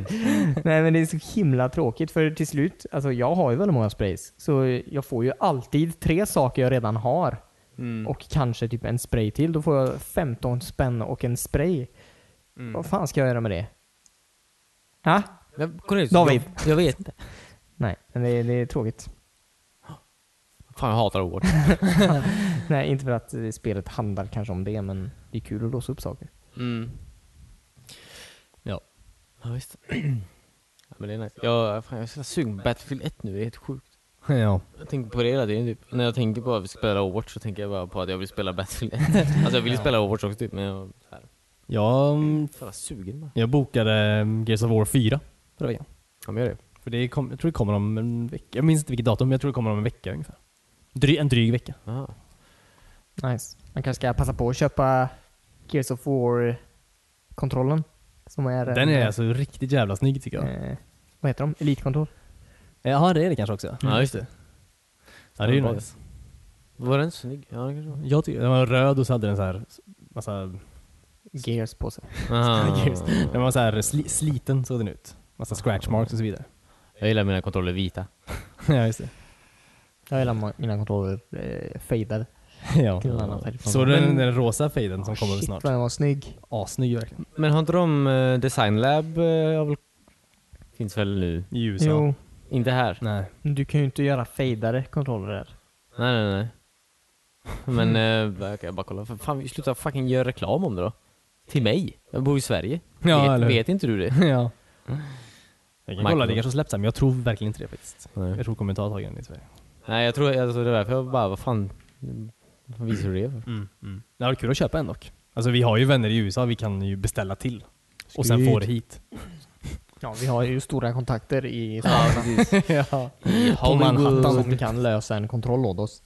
Speaker 3: men det är så himla tråkigt för till slut, alltså jag har ju väldigt många sprays. Så jag får ju alltid tre saker jag redan har. Och kanske typ en spray till. Då får jag 15 spänn och en spray. Vad fan ska jag göra med det? Ja?
Speaker 1: Men Cornelius,
Speaker 3: David.
Speaker 1: Jag, jag vet inte.
Speaker 3: Nej, men det, det är tråkigt.
Speaker 1: Fan jag hatar ord.
Speaker 3: [LAUGHS] Nej, inte för att eh, spelet handlar kanske om det, men det är kul att låsa upp saker.
Speaker 1: Mm. Ja. Ja visst. [CLEARS THROAT] ja, men det är nice. Jag, fan, jag är så jävla sugen på Battlefield 1 nu, det är helt sjukt.
Speaker 2: ja. [LAUGHS]
Speaker 1: Jag tänker på det hela tiden typ. När jag tänker på att vi spelar Overwatch så tänker jag bara på att jag vill spela Battlefield 1. [LAUGHS] alltså jag vill ju spela Overwatch också typ men jag så här,
Speaker 2: Jag, mm,
Speaker 1: så jävla sugen bara.
Speaker 2: jag bokade mm, Gears of War 4 förra veckan.
Speaker 1: Ja men gör det.
Speaker 2: För det kom, jag tror det kommer om en vecka. Jag minns inte vilket datum, men jag tror det kommer om en vecka ungefär. Dry, en dryg vecka.
Speaker 1: Aha.
Speaker 3: Nice. Man kanske ska passa på att köpa Gears of War-kontrollen. Som är...
Speaker 2: Den är alltså riktigt jävla snygg tycker jag.
Speaker 3: eh, vad heter de? Elitkontroll?
Speaker 2: Jaha, det är det kanske också?
Speaker 1: Ja just det.
Speaker 2: Ja, det
Speaker 1: Ja,
Speaker 2: är ju
Speaker 1: bra.
Speaker 2: nice.
Speaker 1: Var den snygg? Ja det kanske [LAUGHS] var.
Speaker 2: Jag tycker, den var röd och så hade den så här massa
Speaker 3: Gears på sig.
Speaker 1: Aha.
Speaker 2: Just Den var så här sli, sliten såg den ut. Massa scratch marks och så vidare. [LAUGHS]
Speaker 1: Jag gillar mina kontroller vita.
Speaker 2: ja, just det. [LAUGHS]
Speaker 3: Jag gillar ma- mina kontroller eh, fejdade.
Speaker 2: ja.
Speaker 3: Till en annan färg.
Speaker 2: Så den,
Speaker 3: Men-
Speaker 2: den rosa fejden som kommer
Speaker 3: Shit
Speaker 2: snart.
Speaker 3: vad den var snygg.
Speaker 2: Assnygg verkligen.
Speaker 1: Men har inte de eh, designlab? eh, har väl- Finns väl nu?
Speaker 2: I USA.
Speaker 3: Jo,
Speaker 1: Inte här.
Speaker 2: Nej.
Speaker 3: men du kan ju inte göra fejdade kontroller där.
Speaker 1: Nej, nej, nej. [LAUGHS]
Speaker 2: Mm.
Speaker 1: Men eh, jag kan bara kolla. För Fan, vi slutar fucking göra reklam om det då. Till mig. Jag bor i Sverige.
Speaker 2: Ja, eller
Speaker 1: vet,
Speaker 2: hur?
Speaker 1: vet inte du det?
Speaker 2: [LAUGHS] ja. Jag kan kolla,
Speaker 1: Micro.
Speaker 2: det kanske släpps här, men jag tror verkligen inte det faktiskt. Jag
Speaker 1: Nej,
Speaker 2: tror kommer ta tag i den i Sverige.
Speaker 1: jag tror alltså, det var därför jag bara, vad fan. Vad fan visar du det för?
Speaker 2: Mm. Mm. Det var kul att köpa en dock. Alltså vi har ju vänner i USA, vi kan ju beställa till. Och sen få det hit.
Speaker 3: Ja, vi har ju stora kontakter i
Speaker 1: Ja, precis.
Speaker 3: [LAUGHS]
Speaker 2: ja.
Speaker 1: I
Speaker 3: på Manhattan
Speaker 1: Hollywood.
Speaker 3: som kan lösa en kontroll åt oss.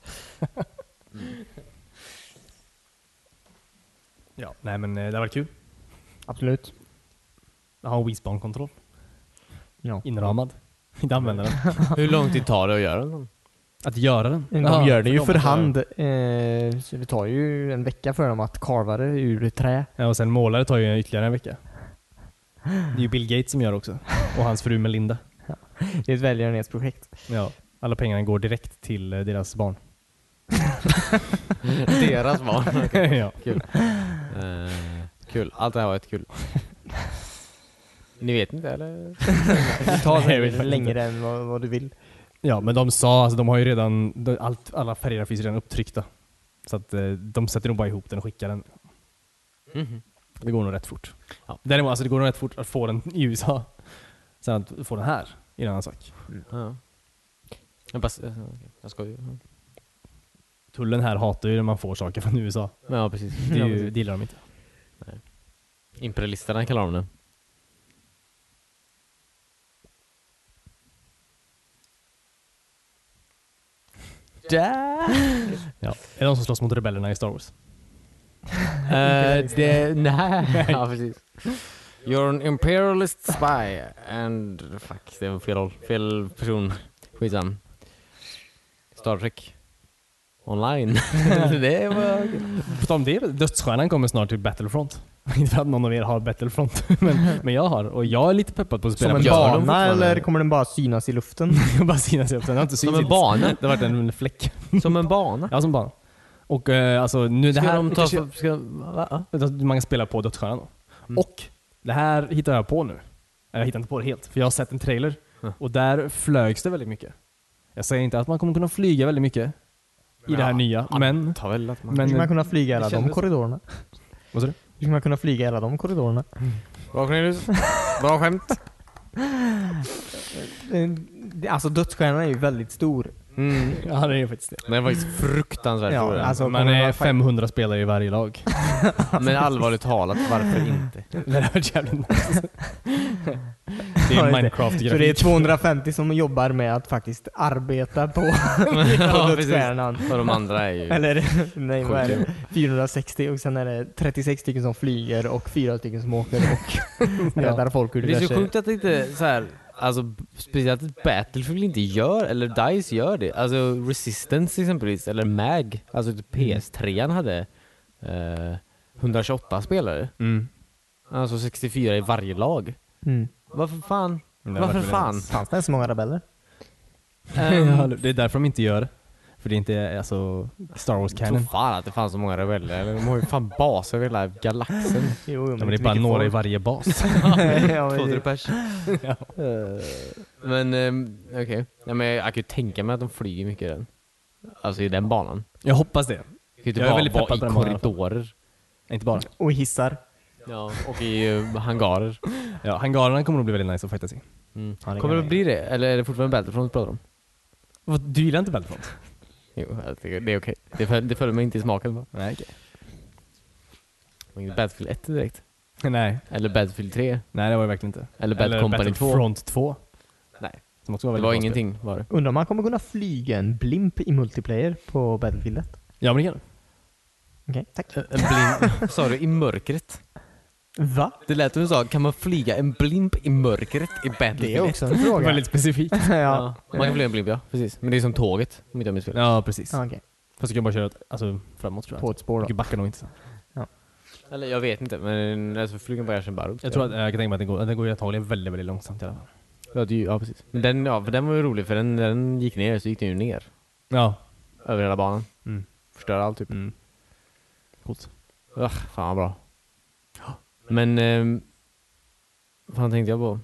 Speaker 2: ja. Nej men eh, det har varit kul.
Speaker 3: Absolut.
Speaker 2: Jag har en Wiesbawn-kontroll.
Speaker 3: Ja.
Speaker 2: Inramad. Inte använda den.
Speaker 1: [LAUGHS] Hur lång tid tar det att göra
Speaker 2: [LAUGHS]
Speaker 1: den?
Speaker 2: Att göra den.
Speaker 3: De
Speaker 2: Ja,
Speaker 3: gör det ju
Speaker 2: de
Speaker 3: för
Speaker 2: att göra
Speaker 3: hand. Eh, så det tar ju en vecka för dem att karva det ur trä.
Speaker 2: Ja, och sen målare tar ju ytterligare en vecka. Det är ju Bill Gates som gör också. Och hans fru Melinda.
Speaker 3: Det är ett välgörenhetsprojekt.
Speaker 2: Ja. Alla pengarna går direkt till eh, deras [LAUGHS] barn.
Speaker 1: Deras [LAUGHS] barn.
Speaker 2: ja.
Speaker 1: Kul. Eh, kul. Allt det här var jättekul. Ni vet inte eller?
Speaker 3: Det tar
Speaker 2: [LAUGHS] Nej, jag vet
Speaker 3: säkert
Speaker 2: faktiskt
Speaker 3: längre än vad, vad du vill.
Speaker 2: ja, men de sa, alltså, de har ju redan, de, allt, alla färger finns ju redan upptryckta. Så att eh, de sätter nog bara ihop den och skickar den. Mhm. Det går nog rätt fort.
Speaker 1: Ja.
Speaker 2: Däremot, alltså det går nog rätt fort att få den i USA. Sen att få den här, är en annan sak.
Speaker 1: Ja. Jag, bara, eh, jag skojar.
Speaker 2: Tullen här hatar ju när man får saker från USA.
Speaker 1: Ja, precis.
Speaker 2: Det, är ju, det gillar de inte.
Speaker 1: Imperialisterna kallar de det.
Speaker 2: Ja. Är det de som slåss mot rebellerna i Star Wars?
Speaker 1: Eh, det, nej, [LAUGHS] ja, precis. You're an imperialist spy and... Fuck, det var fel roll. Fel person. Skitsam. Star Trek. Online. [LAUGHS] det var
Speaker 2: På tal om det, Dödsstjärnan kommer snart till Battlefront. [LAUGHS] Inte för att någon av er har Battlefront, [LAUGHS] men, men jag har. Och jag är lite peppad på att
Speaker 3: Som
Speaker 2: spela
Speaker 3: en
Speaker 1: gör de
Speaker 3: bana
Speaker 1: fortfarande?
Speaker 3: eller kommer den bara synas i luften?
Speaker 2: [LAUGHS] Jag bara synas i luften. Den har inte synts
Speaker 1: Som en
Speaker 2: hittills.
Speaker 1: bana.
Speaker 2: [LAUGHS] Det har varit en fläck.
Speaker 1: Som en bana.
Speaker 2: Ja, som barn. Och eh, alltså nu det
Speaker 1: Ska
Speaker 2: här...
Speaker 1: de ta... Ska, va?
Speaker 2: Man kan spela på Dödsstjärnan då.
Speaker 1: Mm.
Speaker 2: Och det här hittar jag på nu. Eller Jag hittar inte på det helt, för jag har sett en trailer.
Speaker 1: Mm.
Speaker 2: Och där flögs det väldigt mycket. Jag säger inte att man kommer kunna flyga väldigt mycket i det här nya, men...
Speaker 1: Ta väl att man...
Speaker 2: [LAUGHS] Men-
Speaker 3: Skulle man kunna flyga i alla
Speaker 2: Det
Speaker 3: de
Speaker 2: kändes-
Speaker 3: korridorerna?
Speaker 2: Vad sa du?
Speaker 3: Skulle man kunna flyga i alla de korridorerna?
Speaker 1: Bra Cornelius. Bra [LAUGHS] skämt.
Speaker 3: Eh, det- Alltså dödsstjärnan är ju väldigt stor.
Speaker 1: Mm.
Speaker 2: Ja, det är faktiskt det.
Speaker 1: Den var faktiskt fruktansvärt
Speaker 3: Ja,
Speaker 1: stor. den.
Speaker 3: alltså- Så
Speaker 2: Man
Speaker 3: kommer det
Speaker 2: är
Speaker 3: vara-
Speaker 2: 500 spelare i varje lag.
Speaker 1: Men allvarligt talat, varför
Speaker 3: [LAUGHS]
Speaker 1: inte?
Speaker 2: det hade varit jävligt nice. Det
Speaker 3: Ja,
Speaker 2: är
Speaker 3: det- För det är
Speaker 2: [LAUGHS] Minecraft-grafik.
Speaker 3: 250 som jobbar med att faktiskt
Speaker 2: [LAUGHS]
Speaker 3: arbeta på, på
Speaker 1: Ja, precis.
Speaker 3: dödsstjärnan.
Speaker 1: Och de andra är ju...
Speaker 3: Eller [LAUGHS] nej, vad är det? 460 och sen är det 36 stycken som flyger och 4 stycken som åker och
Speaker 1: [LAUGHS]
Speaker 3: räddar folk ur
Speaker 1: Det är så
Speaker 3: diverse...
Speaker 1: sjukt att inte så här, alltså b- speciellt att Battlefield inte gör, eller DICE gör det. Alltså Resistance exempelvis, eller MAG, alltså
Speaker 3: Mm.
Speaker 1: PS3 an hade eh, 128 spelare.
Speaker 2: Mm.
Speaker 1: Alltså 64 i varje lag.
Speaker 3: Mm.
Speaker 1: Varför fan?
Speaker 2: Det hade
Speaker 1: Varför
Speaker 2: varit
Speaker 1: fan?
Speaker 3: Fanns det ens så många rebeller?
Speaker 2: [LAUGHS] Ja,
Speaker 1: Ehm,
Speaker 2: det är därför de inte gör det. För det är inte alltså Star
Speaker 1: Jag tror
Speaker 2: Wars-canon.
Speaker 1: fan att det fanns så många rebeller, eller de har ju fan baser över hela galaxen.
Speaker 3: Jo, jo,
Speaker 2: Ja, men det är
Speaker 3: inte
Speaker 2: bara
Speaker 3: mycket
Speaker 2: några i
Speaker 3: folk.
Speaker 2: varje bas.
Speaker 3: Ja, men det-
Speaker 1: 200 [LAUGHS] pers. Eh, Men ehm, okej, Nej, men jag kan ju tänka mig att de flyger mycket i den. Alltså i den banan.
Speaker 2: [LAUGHS] Jag hoppas det.
Speaker 1: Det kan ju inte
Speaker 2: Jag är
Speaker 1: bara
Speaker 2: väldigt
Speaker 1: vara
Speaker 2: peppad
Speaker 1: i
Speaker 2: på den banan i alla fall.
Speaker 1: korridorer.
Speaker 2: Inte bara.
Speaker 3: Och hissar.
Speaker 1: Ja, och i eh, hangarer.
Speaker 2: Ja, hangarerna kommer nog bli väldigt nice att fightas i.
Speaker 3: Ja, det
Speaker 1: Kommer
Speaker 3: kan
Speaker 1: det bli det? Eller är det fortfarande Battlefront vi pratar om?
Speaker 2: Vad, Du gillar inte Battlefront?
Speaker 1: Jo, jag tycker det är okej. Det, föl- det följer mig inte i smaken bara.
Speaker 2: Nej, okej.
Speaker 1: Men inte Battlefield 1 direkt.
Speaker 2: [LAUGHS] Nej,
Speaker 1: Eller Battlefield 3.
Speaker 2: nej det var det verkligen inte.
Speaker 1: Eller Bad Company 2.
Speaker 2: Battlefront 2.
Speaker 1: Nej.
Speaker 2: Som också var
Speaker 1: Det
Speaker 2: väldigt
Speaker 1: var
Speaker 2: bra
Speaker 1: ingenting var det.
Speaker 3: Undrar om man kommer kunna flyga en blimp i multiplayer på Battlefield 1?
Speaker 2: spel. Ja men det kan
Speaker 3: Okej, tack.
Speaker 1: En [LAUGHS] blimp, sa du, i mörkret?
Speaker 3: Va?
Speaker 1: Det lät som du sa, kan man flyga en blimp i mörkret i
Speaker 3: Det är
Speaker 1: Battlefield 1?
Speaker 3: också en
Speaker 2: du.
Speaker 3: fråga.
Speaker 2: Väldigt specifikt. [LAUGHS]
Speaker 3: [LAUGHS] ja.
Speaker 1: Ja. Man kan flyga en blimp ja, precis. Men det är som tåget, om inte jag minns fel.
Speaker 2: Ja precis.
Speaker 3: Ja, Okej,
Speaker 2: Fast du kan bara köra åt- alltså, framåt tror jag.
Speaker 3: på ett spår
Speaker 2: Du
Speaker 3: då.
Speaker 2: kan backa nog inte.
Speaker 1: Eller jag vet inte, men alltså, flyger bara erkänner bara upp.
Speaker 2: Jag tror att, eh, jag kan tänka mig att den går, den går ju antagligen väldigt, väldigt långsamt i alla fall.
Speaker 1: Ja, det, är ju- ja precis. Men den, ja, för den var ju rolig för den, när den gick ner så gick den ju ner.
Speaker 2: Ja.
Speaker 1: Över hela banan.
Speaker 2: Mm.
Speaker 1: Förstör allt typ.
Speaker 2: Mm. Coolt.
Speaker 1: Ugh, fan vad bra. Men... ehm, Vad fan tänkte jag på?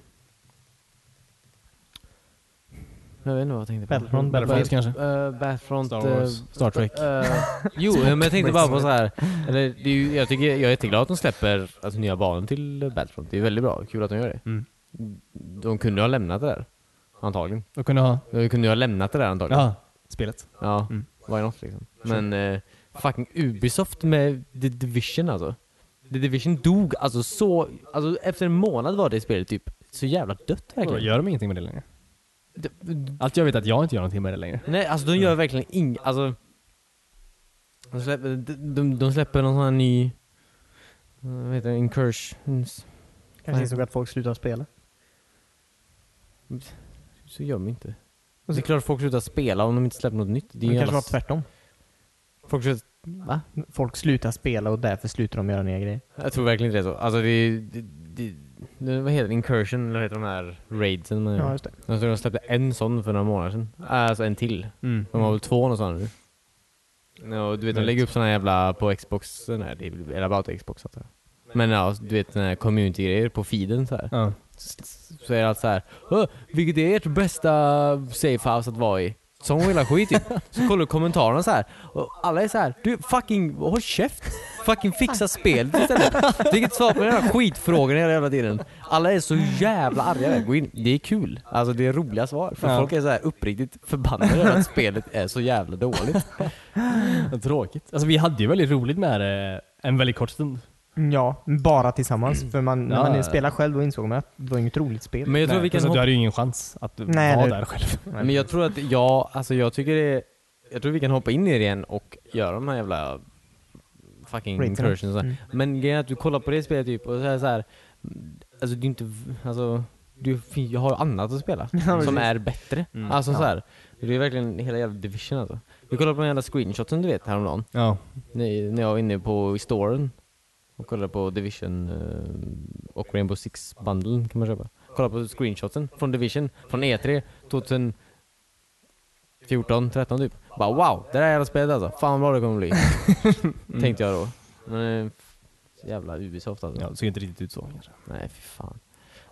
Speaker 1: Jag vet inte vad jag tänkte på.
Speaker 3: Battlefront,
Speaker 2: Battlefront kanske?
Speaker 1: Eh, Battlefront...
Speaker 2: Star Wars,
Speaker 1: eh,
Speaker 2: Star Trek.
Speaker 1: eh, jo, men jag tänkte bara på så här. Eller, det är ju, jag, tycker, jag är jätteglad att de släpper alltså, nya banor till Battlefront. Det är väldigt bra. Kul att de gör det.
Speaker 2: Mm.
Speaker 1: De kunde ju ha lämnat det där. Antagligen.
Speaker 2: Då kunde jag ha...
Speaker 1: De kunde ju ha lämnat det där antagligen.
Speaker 2: Ja. Spelet.
Speaker 1: Ja,
Speaker 2: Mm.
Speaker 1: why not liksom. Men eh, fucking Ubisoft med The Division alltså. The Division dog alltså så, alltså efter en månad var det spelet typ så jävla dött
Speaker 2: Vadå,
Speaker 1: verkligen.
Speaker 2: Gör de ingenting med det längre?
Speaker 1: D-
Speaker 2: Allt jag vet är att jag inte gör någonting med det längre.
Speaker 1: nej, alltså de gör
Speaker 3: Mm.
Speaker 1: verkligen inget, alltså. De släpper, de, de, de släpper någon sån här ny, eh, vad heter det, incursions.
Speaker 3: Kanske insåg att folk slutar spela.
Speaker 1: Så gör de inte. Det är klart folk slutar spela om de inte släpper något nytt. Det är
Speaker 3: Det
Speaker 1: ju
Speaker 3: kanske
Speaker 1: jävla...
Speaker 3: var tvärtom.
Speaker 1: Folk slutar... Va?
Speaker 3: Folk slutar spela och därför slutar de göra nya grejer.
Speaker 1: Jag tror verkligen inte det är så. Alltså det är... Det, det, det, vad heter det? Incursion? Eller vad heter de här raidsen man gör?
Speaker 3: just det.
Speaker 1: Jag tror de släppte en sån för några månader sedan. Alltså en till.
Speaker 2: Mm.
Speaker 1: De har väl två och sådana nu. Ja, du vet, de lägger upp såna jävla på Xbox, nej, det är väl about Xbox antar jag. Men ja, du vet såna här community-grejer på feeden så här.
Speaker 2: Ja.
Speaker 1: Så är det allt så här. "Åh, Vilket är ert bästa safehouse att vara i? Sån hela skit typ. Så kollar du kommentarerna så här. Och alla är så här. Du fucking håll käft. Fucking fixa spelet istället. Vilket svar på den här skitfrågan hela jävla tiden. Alla är så jävla arga. Gå in. Det är kul. Alltså det är roliga svar. För
Speaker 2: Ja.
Speaker 1: folk är så här uppriktigt förbannade över att spelet är så jävla dåligt.
Speaker 2: Vad Tråkigt. Alltså vi hade ju väldigt roligt med det en väldigt kort stund.
Speaker 3: Ja, bara tillsammans. För man, när
Speaker 2: Mm. Ja,
Speaker 3: man
Speaker 2: ja.
Speaker 3: spelar själv då insåg man att det var inget roligt spel.
Speaker 1: Men jag tror
Speaker 2: Nej,
Speaker 1: vi kan
Speaker 2: plus att Du
Speaker 1: hoppa-
Speaker 2: hade ju ingen chans att
Speaker 3: Nej,
Speaker 2: vara
Speaker 3: det-
Speaker 2: där själv.
Speaker 1: Men jag tror att jag, alltså jag tycker det jag tror vi kan hoppa in i det igen och göra de här jävla fucking
Speaker 3: Raterna.
Speaker 1: incursions.
Speaker 3: Mm.
Speaker 1: Men grejen är att du kollar på det spelet typ och så är så här, alltså det är inte, alltså du fin- jag har annat att
Speaker 3: [LAUGHS]
Speaker 1: spela som är bättre.
Speaker 2: Mm.
Speaker 1: Alltså
Speaker 3: Ja.
Speaker 1: så här, det är verkligen hela jävla division alltså. Vi kollade på den jävla screenshoten du vet häromdagen,
Speaker 2: Ja.
Speaker 1: när när jag var inne på storen och kollade på division eh, och Rainbow Six bundlen kan man köpa. Kolla på screenshoten från division, från E E3 2014, 13 typ. Bara wow, det där jävla spelet alltså. Fan vad bra det kommer
Speaker 2: [LAUGHS]
Speaker 1: bli. Tänkte jag då. Men eh, jävla Ubisoft alltså.
Speaker 2: ja, det ser inte riktigt ut så kanske.
Speaker 1: Nej, fy fan.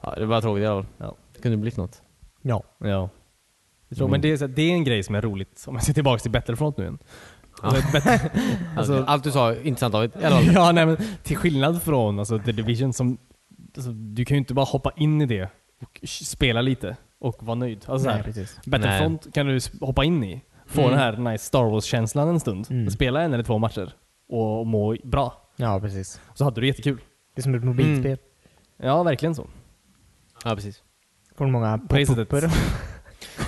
Speaker 1: Ja, det var tråkigt i alla fall.
Speaker 2: Ja.
Speaker 1: Det kunde blivit något.
Speaker 3: Ja.
Speaker 2: Ja. Jag tror, Men det är, så här, det är en grej som är roligt, om man ser tillbaka till Battlefront nu igen.
Speaker 1: Ja.
Speaker 2: Alltså, bet-
Speaker 1: Alltså, allt du sa, intressant av det.
Speaker 2: [LAUGHS] ja, nej, men till skillnad från alltså, The Division, som, alltså, du kan ju inte bara hoppa in i det och sh- spela lite och vara nöjd. Alltså, så
Speaker 3: Nej,
Speaker 2: här,
Speaker 3: precis.
Speaker 2: Battlefront kan du sp- hoppa in i, få
Speaker 1: Mm.
Speaker 2: den här nice Star Wars-känslan en stund,
Speaker 3: Mm.
Speaker 2: spela en eller två matcher och må bra.
Speaker 3: Ja, precis.
Speaker 2: Så hade du det jättekul.
Speaker 3: Det är som ett mobilspel.
Speaker 1: Mm.
Speaker 2: Ja, verkligen så.
Speaker 1: Ja, precis.
Speaker 3: Får många
Speaker 2: På det sättet.
Speaker 3: pop-upper.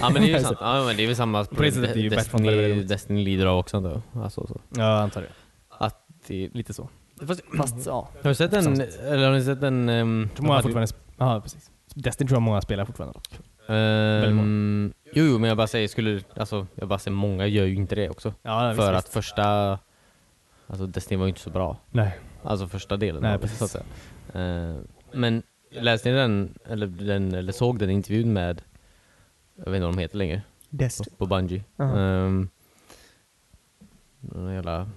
Speaker 1: Ja
Speaker 2: [LAUGHS]
Speaker 1: men det är ju sant. Ja men det är väl samma
Speaker 2: På det sättet är ju Battlefront väldigt
Speaker 1: Destiny,
Speaker 2: roligt.
Speaker 1: Destiny lider av också då. Alltså så.
Speaker 2: Ja, jag antar det.
Speaker 1: Att det
Speaker 2: Lite så.
Speaker 1: Fast,
Speaker 2: Fast ja,
Speaker 1: har du sett den, eller har ni sett den... Um,
Speaker 2: tror många fortfarande... sp- Ja, precis. Destiny tror jag många spelar fortfarande. Väldigt
Speaker 1: Ehm, jo, jo men jag bara säger, skulle, alltså jag bara säger många gör ju inte det också.
Speaker 2: Ja, visst,
Speaker 1: För
Speaker 2: visst.
Speaker 1: att första, alltså Destiny var ju inte så bra.
Speaker 2: Nej.
Speaker 1: Alltså första delen
Speaker 2: Nej,
Speaker 1: av det,
Speaker 2: precis.
Speaker 1: så att säga. Eh, men läste ni den, eller, den, eller såg den intervjun med, jag vet inte vad de heter längre,
Speaker 3: Dest.
Speaker 1: på Bungie.
Speaker 3: Aha.
Speaker 1: Um, någon jävla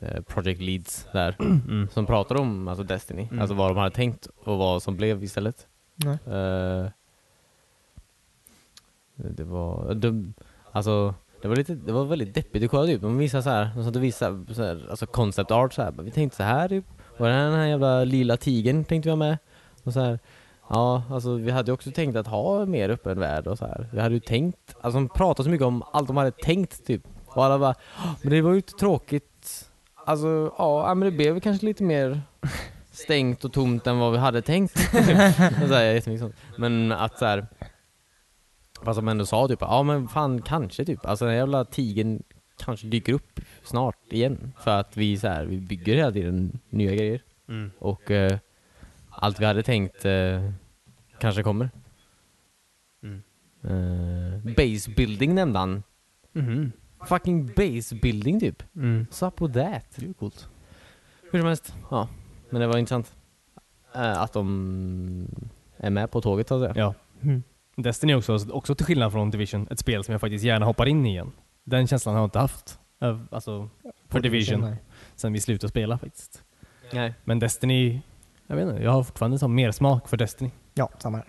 Speaker 1: eh, Project Leads där,
Speaker 2: Mm.
Speaker 1: som pratade om alltså Destiny,
Speaker 2: Mm.
Speaker 1: alltså vad de hade tänkt och vad som blev istället.
Speaker 3: Nej.
Speaker 1: Eh, det var, de, alltså det var, lite, det var väldigt deppigt att kolla typ. De visade såhär, de satt och visade så här, alltså concept art såhär. Vi tänkte så här typ. Och den här, den här jävla lila tigern tänkte vi ha med. Och så här, ja alltså vi hade ju också tänkt att ha mer öppen värld och så här. Vi hade ju tänkt, alltså de pratade så mycket om allt de hade tänkt typ. Och alla bara, "Åh, men det var ju inte tråkigt. Alltså ja, ja, men det blev kanske lite mer stängt och tomt än vad vi hade tänkt. Och så här, jättemycket sånt. Men att så här, vad som ändå sa typ, ja men fan kanske typ. Alltså den jävla tigen kanske dyker upp snart igen. För att vi så här, vi bygger hela tiden nya grejer. Och eh, allt vi hade tänkt eh, kanske kommer.
Speaker 2: Mm.
Speaker 1: Eh, base building nämnde han.
Speaker 2: Mhm.
Speaker 1: Fucking base building typ.
Speaker 2: Mm.
Speaker 1: Sup with that.
Speaker 2: Det är ju coolt.
Speaker 1: Hur som helst, ja. Men det var intressant. Eh, att de är med på tåget så att säga.
Speaker 2: Ja.
Speaker 3: Mm.
Speaker 2: Destiny är också, också till skillnad från Division, ett spel som jag faktiskt gärna hoppar in i igen. Den känslan har jag inte haft. eh, Alltså, för Division.
Speaker 3: Nej.
Speaker 2: Sen vi slutade spela faktiskt.
Speaker 1: Nej.
Speaker 2: Men Destiny, jag vet inte, jag har fortfarande som mer smak för Destiny.
Speaker 3: Ja, samma här.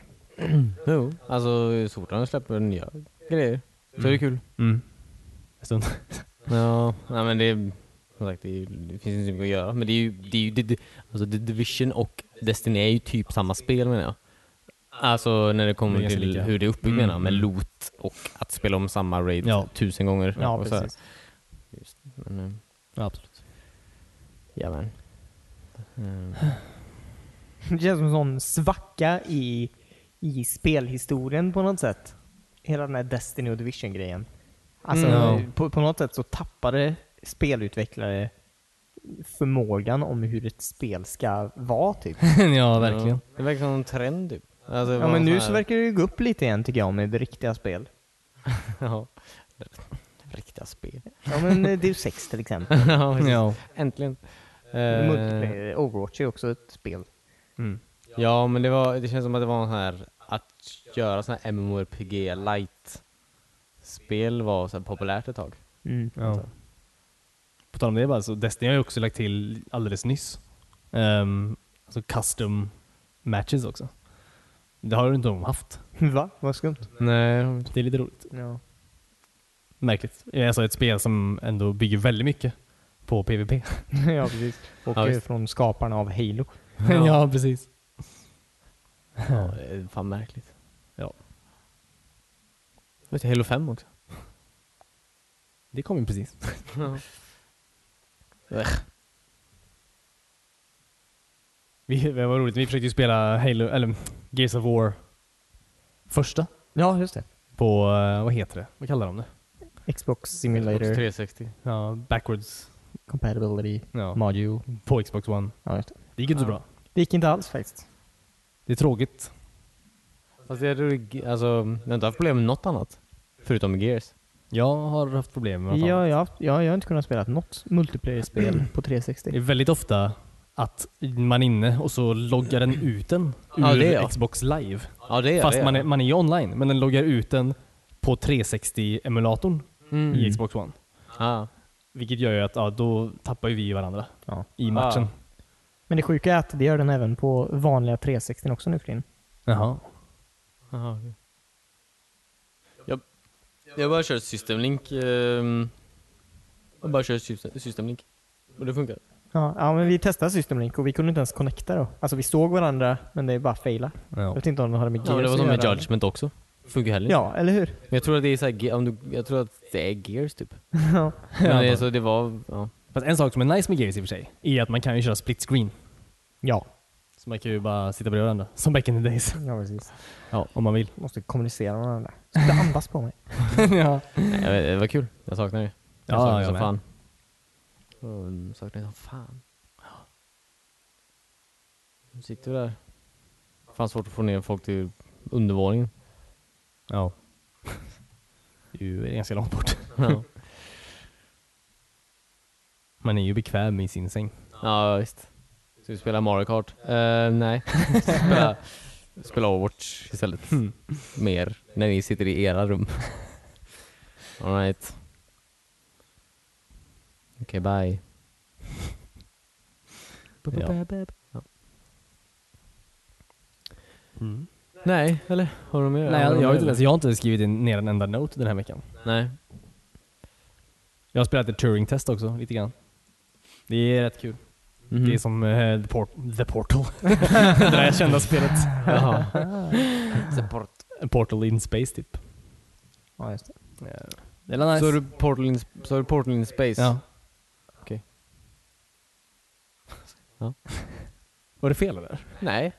Speaker 1: Jo, alltså så fort han släpper nya grejer så är det kul.
Speaker 2: Mm. En stund.
Speaker 1: Ja, nej men det är som sagt, det, är, ju- det finns inte så mycket att göra. Men det är ju, det är ju det, det, alltså The Division och Destiny är ju typ samma spel menar jag. Alltså när det
Speaker 2: Det är
Speaker 1: kommer
Speaker 2: ganska
Speaker 1: till
Speaker 2: lika.
Speaker 1: hur det är uppbyggt
Speaker 2: Mm.
Speaker 1: menar jag, med loot och att spela om samma raid
Speaker 2: Ja.
Speaker 1: tusen gånger.
Speaker 3: Ja,
Speaker 1: och så här.
Speaker 3: precis.
Speaker 1: Just, men, eh,
Speaker 2: Ja, absolut.
Speaker 1: ja, men. Eh,
Speaker 3: Det känns som en sån svacka i, i spelhistorien på något sätt. Hela den här Destiny och Division-grejen. Alltså,
Speaker 2: Mm. Ja.
Speaker 3: på, på något sätt så tappade spelutvecklare förmågan om hur ett spel ska vara typ.
Speaker 2: [LAUGHS] ja, verkligen.
Speaker 1: Ja, det verkar som en trend typ. Alltså,
Speaker 3: Ja
Speaker 1: bara
Speaker 3: men nu
Speaker 1: här-
Speaker 3: så verkar det ju gå upp lite igen tycker jag med riktiga spel.
Speaker 1: ja. Riktiga spel.
Speaker 3: Ja men eh, Deus 6 till exempel.
Speaker 1: ja, precis.
Speaker 2: Ja.
Speaker 1: Äntligen. Eh,
Speaker 3: Multiplayer, Overwatch är också ett spel.
Speaker 2: Mm.
Speaker 1: Ja, men det, var, det känns som att det var en sån här, att göra sån här MMORPG light spel var så här populärt ett tag.
Speaker 3: Mm. [LAUGHS]
Speaker 2: Ja. På tal om det bara, så Destiny har ju också lagt till alldeles nyss. Um, alltså custom matches också. Det har ju inte de haft.
Speaker 3: Va? Vad skumt.
Speaker 1: Nej.
Speaker 2: Det är lite roligt.
Speaker 3: Ja. [LAUGHS]
Speaker 2: Märkligt. Alltså ett spel som ändå bygger väldigt mycket på PVP.
Speaker 3: ja precis. Och
Speaker 1: Ja,
Speaker 3: eh,
Speaker 1: visst.
Speaker 3: från skaparna av Halo.
Speaker 2: [LAUGHS] Ja, precis.
Speaker 1: Ja, det är fan märkligt.
Speaker 2: Ja.
Speaker 1: Vet du, Halo 5 också.
Speaker 2: [LAUGHS] Det kom ju precis. Vi, det var roligt, vi försökte ju spela Halo, eller Gears of War första
Speaker 3: Ja just det.
Speaker 2: på, eh, vad heter det? Vad kallar de det?
Speaker 3: Xbox Simulator
Speaker 2: Xbox 360. Ja, backwards.
Speaker 3: Compatibility
Speaker 2: Ja.
Speaker 3: Module.
Speaker 2: På Xbox One.
Speaker 3: Ja, just det.
Speaker 2: Det gick inte så
Speaker 1: Ja.
Speaker 2: bra.
Speaker 3: det gick inte alls faktiskt.
Speaker 2: Det är tråkigt.
Speaker 1: Fast jag tror, alltså, jag har inte haft problem med något annat. Förutom med Gears.
Speaker 2: Jag har haft problem med
Speaker 3: Jag,
Speaker 2: vad fan.
Speaker 3: jag, har haft- jag, jag har inte kunnat spela något multiplayer-spel på
Speaker 2: Det
Speaker 3: 360.
Speaker 2: är väldigt ofta att man är inne och så loggar den ut den ur
Speaker 1: Ja, det är jag.
Speaker 2: Xbox live.
Speaker 1: Ja det är
Speaker 2: Fast
Speaker 1: det.
Speaker 2: man är, man är ju online, men den loggar ut den på 360-emulatorn
Speaker 1: Mm.
Speaker 2: i Xbox One.
Speaker 1: Ja.
Speaker 2: Vilket gör ju att ja, då tappar ju vi varandra
Speaker 3: Ja.
Speaker 2: i
Speaker 1: Ah.
Speaker 2: matchen.
Speaker 3: Men det sjuka är att det gör den även på vanliga 360 också nu för tiden.
Speaker 2: Jaha.
Speaker 1: Jaha, okej. Jag, jag bara kör System Link. ehm, jag bara kör System, system Link. Och det funkar.
Speaker 3: Ja, ja, men vi testade System Link och vi kunde inte ens connecta då. Alltså vi såg varandra, men det bara faila. Jag
Speaker 2: Ja.
Speaker 3: vet inte om de hade med
Speaker 1: Ja, men det
Speaker 3: Gears
Speaker 1: var
Speaker 3: att
Speaker 1: som med
Speaker 3: göra.
Speaker 1: Judgment också. Funkar heller inte.
Speaker 3: Ja, eller hur?
Speaker 1: Men jag tror att det är så här, ge- om du, jag tror att det är Gears typ.
Speaker 3: Ja.
Speaker 1: Men det, är så det var, ja.
Speaker 2: Fast en sak som är nice med Gears i och för sig, är att man kan ju köra split screen.
Speaker 3: Ja,
Speaker 2: Så man kan ju bara sitta bredvid varandra, som back in the days.
Speaker 3: ja precis.
Speaker 2: Ja. Om man vill.
Speaker 3: Måste kommunicera med varandra. Så det andas på mig.
Speaker 2: ja.
Speaker 1: Nej, jag vet, det var kul. Jag saknar det. Jag
Speaker 2: Ja,
Speaker 1: saknar det
Speaker 2: jag
Speaker 1: som
Speaker 2: med.
Speaker 1: fan. Jag saknar det som fan. Nu sitter vi där. Fan svårt att få ner folk till undervåningen.
Speaker 2: ja. [LAUGHS] Det är ju ganska långt bort.
Speaker 1: [LAUGHS] Ja,
Speaker 2: Man är ju bekväm i sin säng.
Speaker 1: ja visst. Ska vi spela Mario Kart? Eh, nej. spela, spela Overwatch istället. Mer. När ni sitter i era rum. Alright. Okej, bye. [LAUGHS] Ja. Nej, eller? Har du mer?
Speaker 2: Nej,
Speaker 1: Har du
Speaker 2: jag, jag, har
Speaker 1: mer?
Speaker 2: inte, läst- jag har inte skrivit in ner en enda note den här veckan.
Speaker 1: Nej.
Speaker 2: Jag har spelat ett Turing-test också, lite grann. Det är rätt kul.
Speaker 1: Mhm. [LAUGHS]
Speaker 2: Det är som eh, the, port- the Portal. [LAUGHS] det där kända spelet. [LAUGHS]
Speaker 1: Jaha. Support.
Speaker 2: Portal in Space typ.
Speaker 3: Ja, just det.
Speaker 2: Eh, Det är nice.
Speaker 1: Så är du Portal in, så är du portal in Space?
Speaker 2: Ja.
Speaker 1: Okej. Ja.
Speaker 2: [LAUGHS] Ja. Var det fel eller?
Speaker 1: Nej.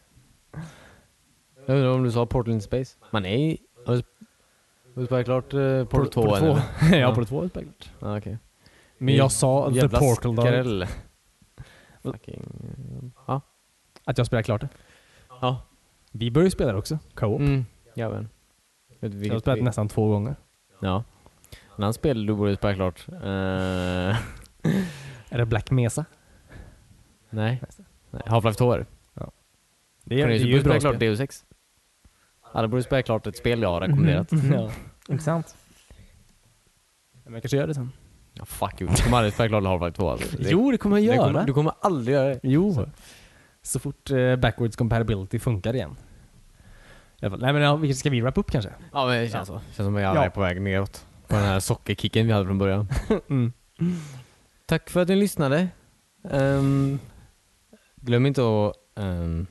Speaker 1: Jag undrar om du sa Portal in Space? Man är i... Har du sp- har du spelat klart eh, Portal 2 än? eller?
Speaker 2: [LAUGHS] ja,
Speaker 1: Ja.
Speaker 2: Portal 2 är säkert.
Speaker 1: Ja, okej.
Speaker 2: Men jag sa The
Speaker 1: Jävla
Speaker 2: Portal då. [LAUGHS]
Speaker 1: skrell. Fucking... Ja.
Speaker 2: Att jag spelar klart det.
Speaker 1: Ja.
Speaker 2: Vi började ju spela det också. Co-op.
Speaker 1: Mm. Jag vet. Vet du
Speaker 2: Jag har
Speaker 1: vilket
Speaker 2: spelat
Speaker 1: vi-
Speaker 2: nästan två gånger.
Speaker 1: Ja. En annan spel du borde spela klart. Eh, [LAUGHS]
Speaker 2: Är det Black Mesa?
Speaker 1: nej. nej. Half-Life 2 är det.
Speaker 2: Det
Speaker 1: Kan
Speaker 2: är,
Speaker 1: du
Speaker 2: det
Speaker 1: ju
Speaker 2: är ju
Speaker 1: borde
Speaker 2: ett bra
Speaker 1: spela
Speaker 2: spel.
Speaker 1: klart DO6. Ja, du borde spela klart ett spel jag
Speaker 2: [LAUGHS]
Speaker 1: har rekommenderat.
Speaker 2: ja.
Speaker 3: Intressant.
Speaker 2: Men jag kanske gör det sen.
Speaker 1: Ja, fuck you. Du kommer aldrig spela klart Half-Life 2 alltså. Det-
Speaker 2: Jo, det kommer jag
Speaker 1: det
Speaker 2: göra.
Speaker 1: kommer, Du kommer aldrig göra det.
Speaker 2: Jo. Så, fort eh, backwards compatibility funkar igen. I alla fall. Nej men ja, vi- ska vi wrap upp kanske?
Speaker 1: Ja men det känns så. Känns som att jag
Speaker 3: Ja.
Speaker 1: är på väg neråt. På den här sockerkicken vi hade från början.
Speaker 2: Mm.
Speaker 1: Tack för att ni lyssnade. Ehm, glöm inte att ehm,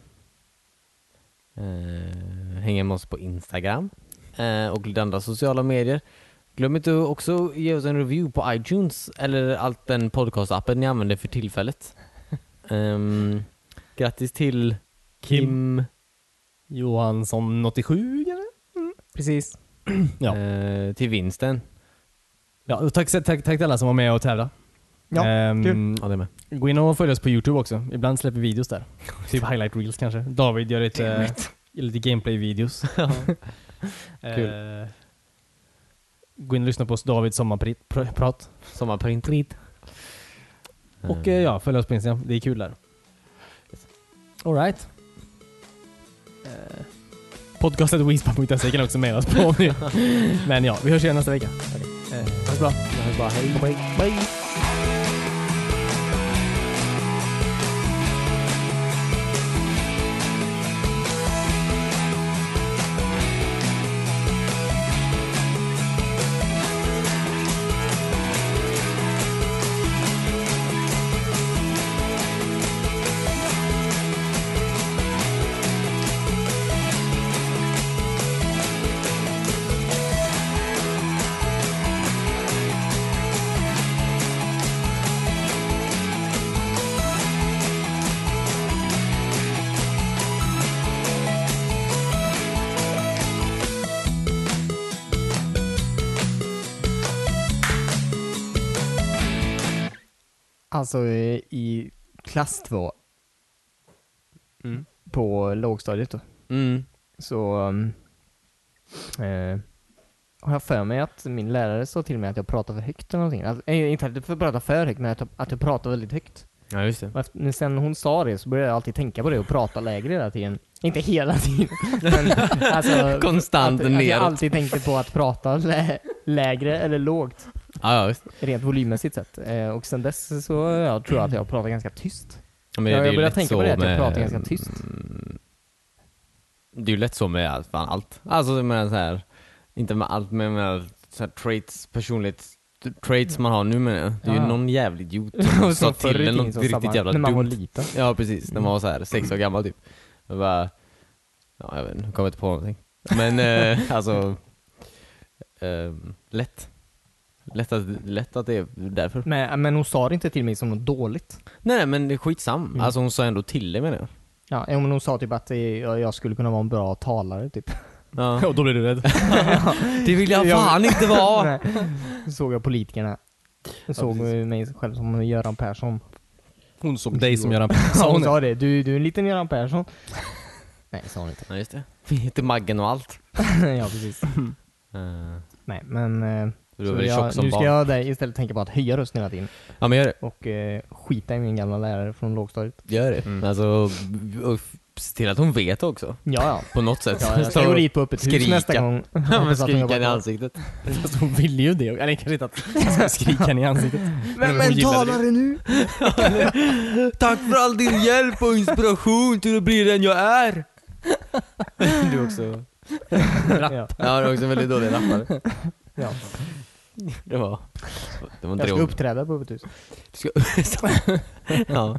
Speaker 1: eh, hänga med oss på Instagram eh, och lite andra sociala medier. Glöm inte att också ge oss en review på iTunes eller allt den podcastappen ni använder för tillfället. Um, grattis till Kim,
Speaker 2: Johansson 87 kanske?
Speaker 3: Precis.
Speaker 2: Ja.
Speaker 1: eh, till vinsten.
Speaker 2: Ja, och tack, tack, tack till alla som var med och tävlade.
Speaker 3: Ja,
Speaker 2: Ehm,
Speaker 3: kul.
Speaker 1: Ja, det med.
Speaker 2: Gå in och följ oss på Youtube också. Ibland släpper vi videos [LAUGHS] där. Typ highlight reels kanske. David gör
Speaker 1: Damn
Speaker 2: lite, gör lite [LAUGHS] gameplay-videos.
Speaker 1: Kul.
Speaker 2: Ehm, Gå in och lyssna på oss David sommarprat.
Speaker 1: Sommarprint. Skit.
Speaker 2: Och eh, ja, följ oss på Instagram. Det är kul där. Alright. Eh, Podcastet wispa.se kan också mejla oss på om [LAUGHS] ni Men ja, vi hörs igen nästa vecka. Eh, Ha det bra.
Speaker 1: bara hej.
Speaker 3: Bye. Bye. Alltså eh, i klass två
Speaker 1: Mm.
Speaker 3: på lågstadiet då.
Speaker 1: Mm.
Speaker 3: Så um, eh, har jag för mig att min lärare sa till mig att jag pratar för högt eller någonting. Alltså, eh, inte att jag pratar för högt, men att jag, att jag pratar väldigt högt.
Speaker 1: Ja, just det.
Speaker 3: Och efter, men sen hon sa det så började jag alltid tänka på det och prata lägre hela tiden. Inte hela tiden, men
Speaker 1: [LAUGHS]
Speaker 3: alltså,
Speaker 1: Konstant
Speaker 3: att, att jag
Speaker 1: neråt.
Speaker 3: alltid tänkte på att prata lä- lägre eller lågt,
Speaker 1: Ja, ja, visst.
Speaker 3: rent volymmässigt sett. Eh, och sen dess så ja, tror jag att jag pratar ganska tyst.
Speaker 1: Ja, men
Speaker 3: Ja,
Speaker 1: det är
Speaker 3: jag
Speaker 1: ju
Speaker 3: börjar
Speaker 1: lätt
Speaker 3: tänka
Speaker 1: så
Speaker 3: på det, att jag
Speaker 1: med-
Speaker 3: pratar ganska tyst. [LAUGHS]
Speaker 1: Mm. Det är ju lätt så med allt, fan allt. Alltså jag menar så här, inte med allt men med så här traits, personlighet traits man har nu menar jag. Det är ju
Speaker 3: Ja.
Speaker 1: någon jävlig
Speaker 3: [LAUGHS]
Speaker 1: idiot
Speaker 3: Som
Speaker 1: som sa
Speaker 3: förr i
Speaker 1: till en
Speaker 3: tiden
Speaker 1: något
Speaker 3: som
Speaker 1: riktigt
Speaker 3: samma-
Speaker 1: jävla
Speaker 3: När man var
Speaker 1: dumt.
Speaker 3: liten.
Speaker 1: Ja precis, när man var så här sex år gammal typ. Jag bara, ja jag vet inte, jag kommer inte på någonting. Men eh, [LAUGHS] alltså, ehm, lätt. Lätt att, lätt att det är därför.
Speaker 3: Men, men hon sa det inte till mig som något dåligt.
Speaker 1: Nej nej, men det är skitsam.
Speaker 3: Mm.
Speaker 1: Alltså hon sa ändå till det menar jag.
Speaker 3: Ja, jo, men hon sa typ att eh, jag jag skulle kunna vara en bra talare typ.
Speaker 1: Ja.
Speaker 2: Och då blir du rädd.
Speaker 1: [LAUGHS] Det vill [LAUGHS] jag fan inte [LAUGHS] vara!
Speaker 3: Nej. Så såg jag politikerna. Jag såg
Speaker 1: precis.
Speaker 3: mig själv som Göran Persson.
Speaker 2: Hon såg dig som [LAUGHS] Göran
Speaker 3: Sa [LAUGHS] hon
Speaker 2: Persson.
Speaker 3: sa det. Du, du är en liten Göran Persson. Nej, sa hon inte.
Speaker 1: Ja just det. Vi heter Maggen och allt.
Speaker 3: [LAUGHS] ja, precis.
Speaker 1: Uh,
Speaker 3: Nej, men... eh,
Speaker 1: du
Speaker 3: så
Speaker 1: var väl
Speaker 3: jag,
Speaker 1: tjock som
Speaker 3: nu ska
Speaker 1: barn?
Speaker 3: jag där istället tänka på att höja rösten hela tiden
Speaker 1: Ja men gör det.
Speaker 3: och eh, skita i min gamla lärare från lågstadiet.
Speaker 1: Gör det.
Speaker 2: Mm.
Speaker 1: Alltså, och- och se till att hon vet också.
Speaker 3: Ja, ja.
Speaker 1: På något sätt. [LAUGHS]
Speaker 3: ja jag
Speaker 1: Så-
Speaker 3: ska gå dit på öppet hus
Speaker 1: skrika.
Speaker 3: nästa gång.
Speaker 1: [LAUGHS] Ja, men
Speaker 3: Hoppas att hon
Speaker 1: skrika
Speaker 3: jobbar
Speaker 1: i
Speaker 3: kvar.
Speaker 1: ansiktet.
Speaker 2: Fast hon ville ju det. Eller kanske inte att hon skulle skrika henne i ansiktet.
Speaker 3: Vem
Speaker 2: hon
Speaker 3: är
Speaker 2: gillade det.
Speaker 3: talare nu?
Speaker 1: [LAUGHS] Tack för all din hjälp och inspiration till att bli den jag är! Du också.
Speaker 3: Ja,
Speaker 1: Ja, du är också en väldigt dålig rappare.
Speaker 3: ja.
Speaker 1: Det var... Det var inte
Speaker 3: Jag
Speaker 1: det
Speaker 3: ska
Speaker 1: ordet.
Speaker 3: uppträda på öppet hus.
Speaker 1: Du ska- [LAUGHS] ja.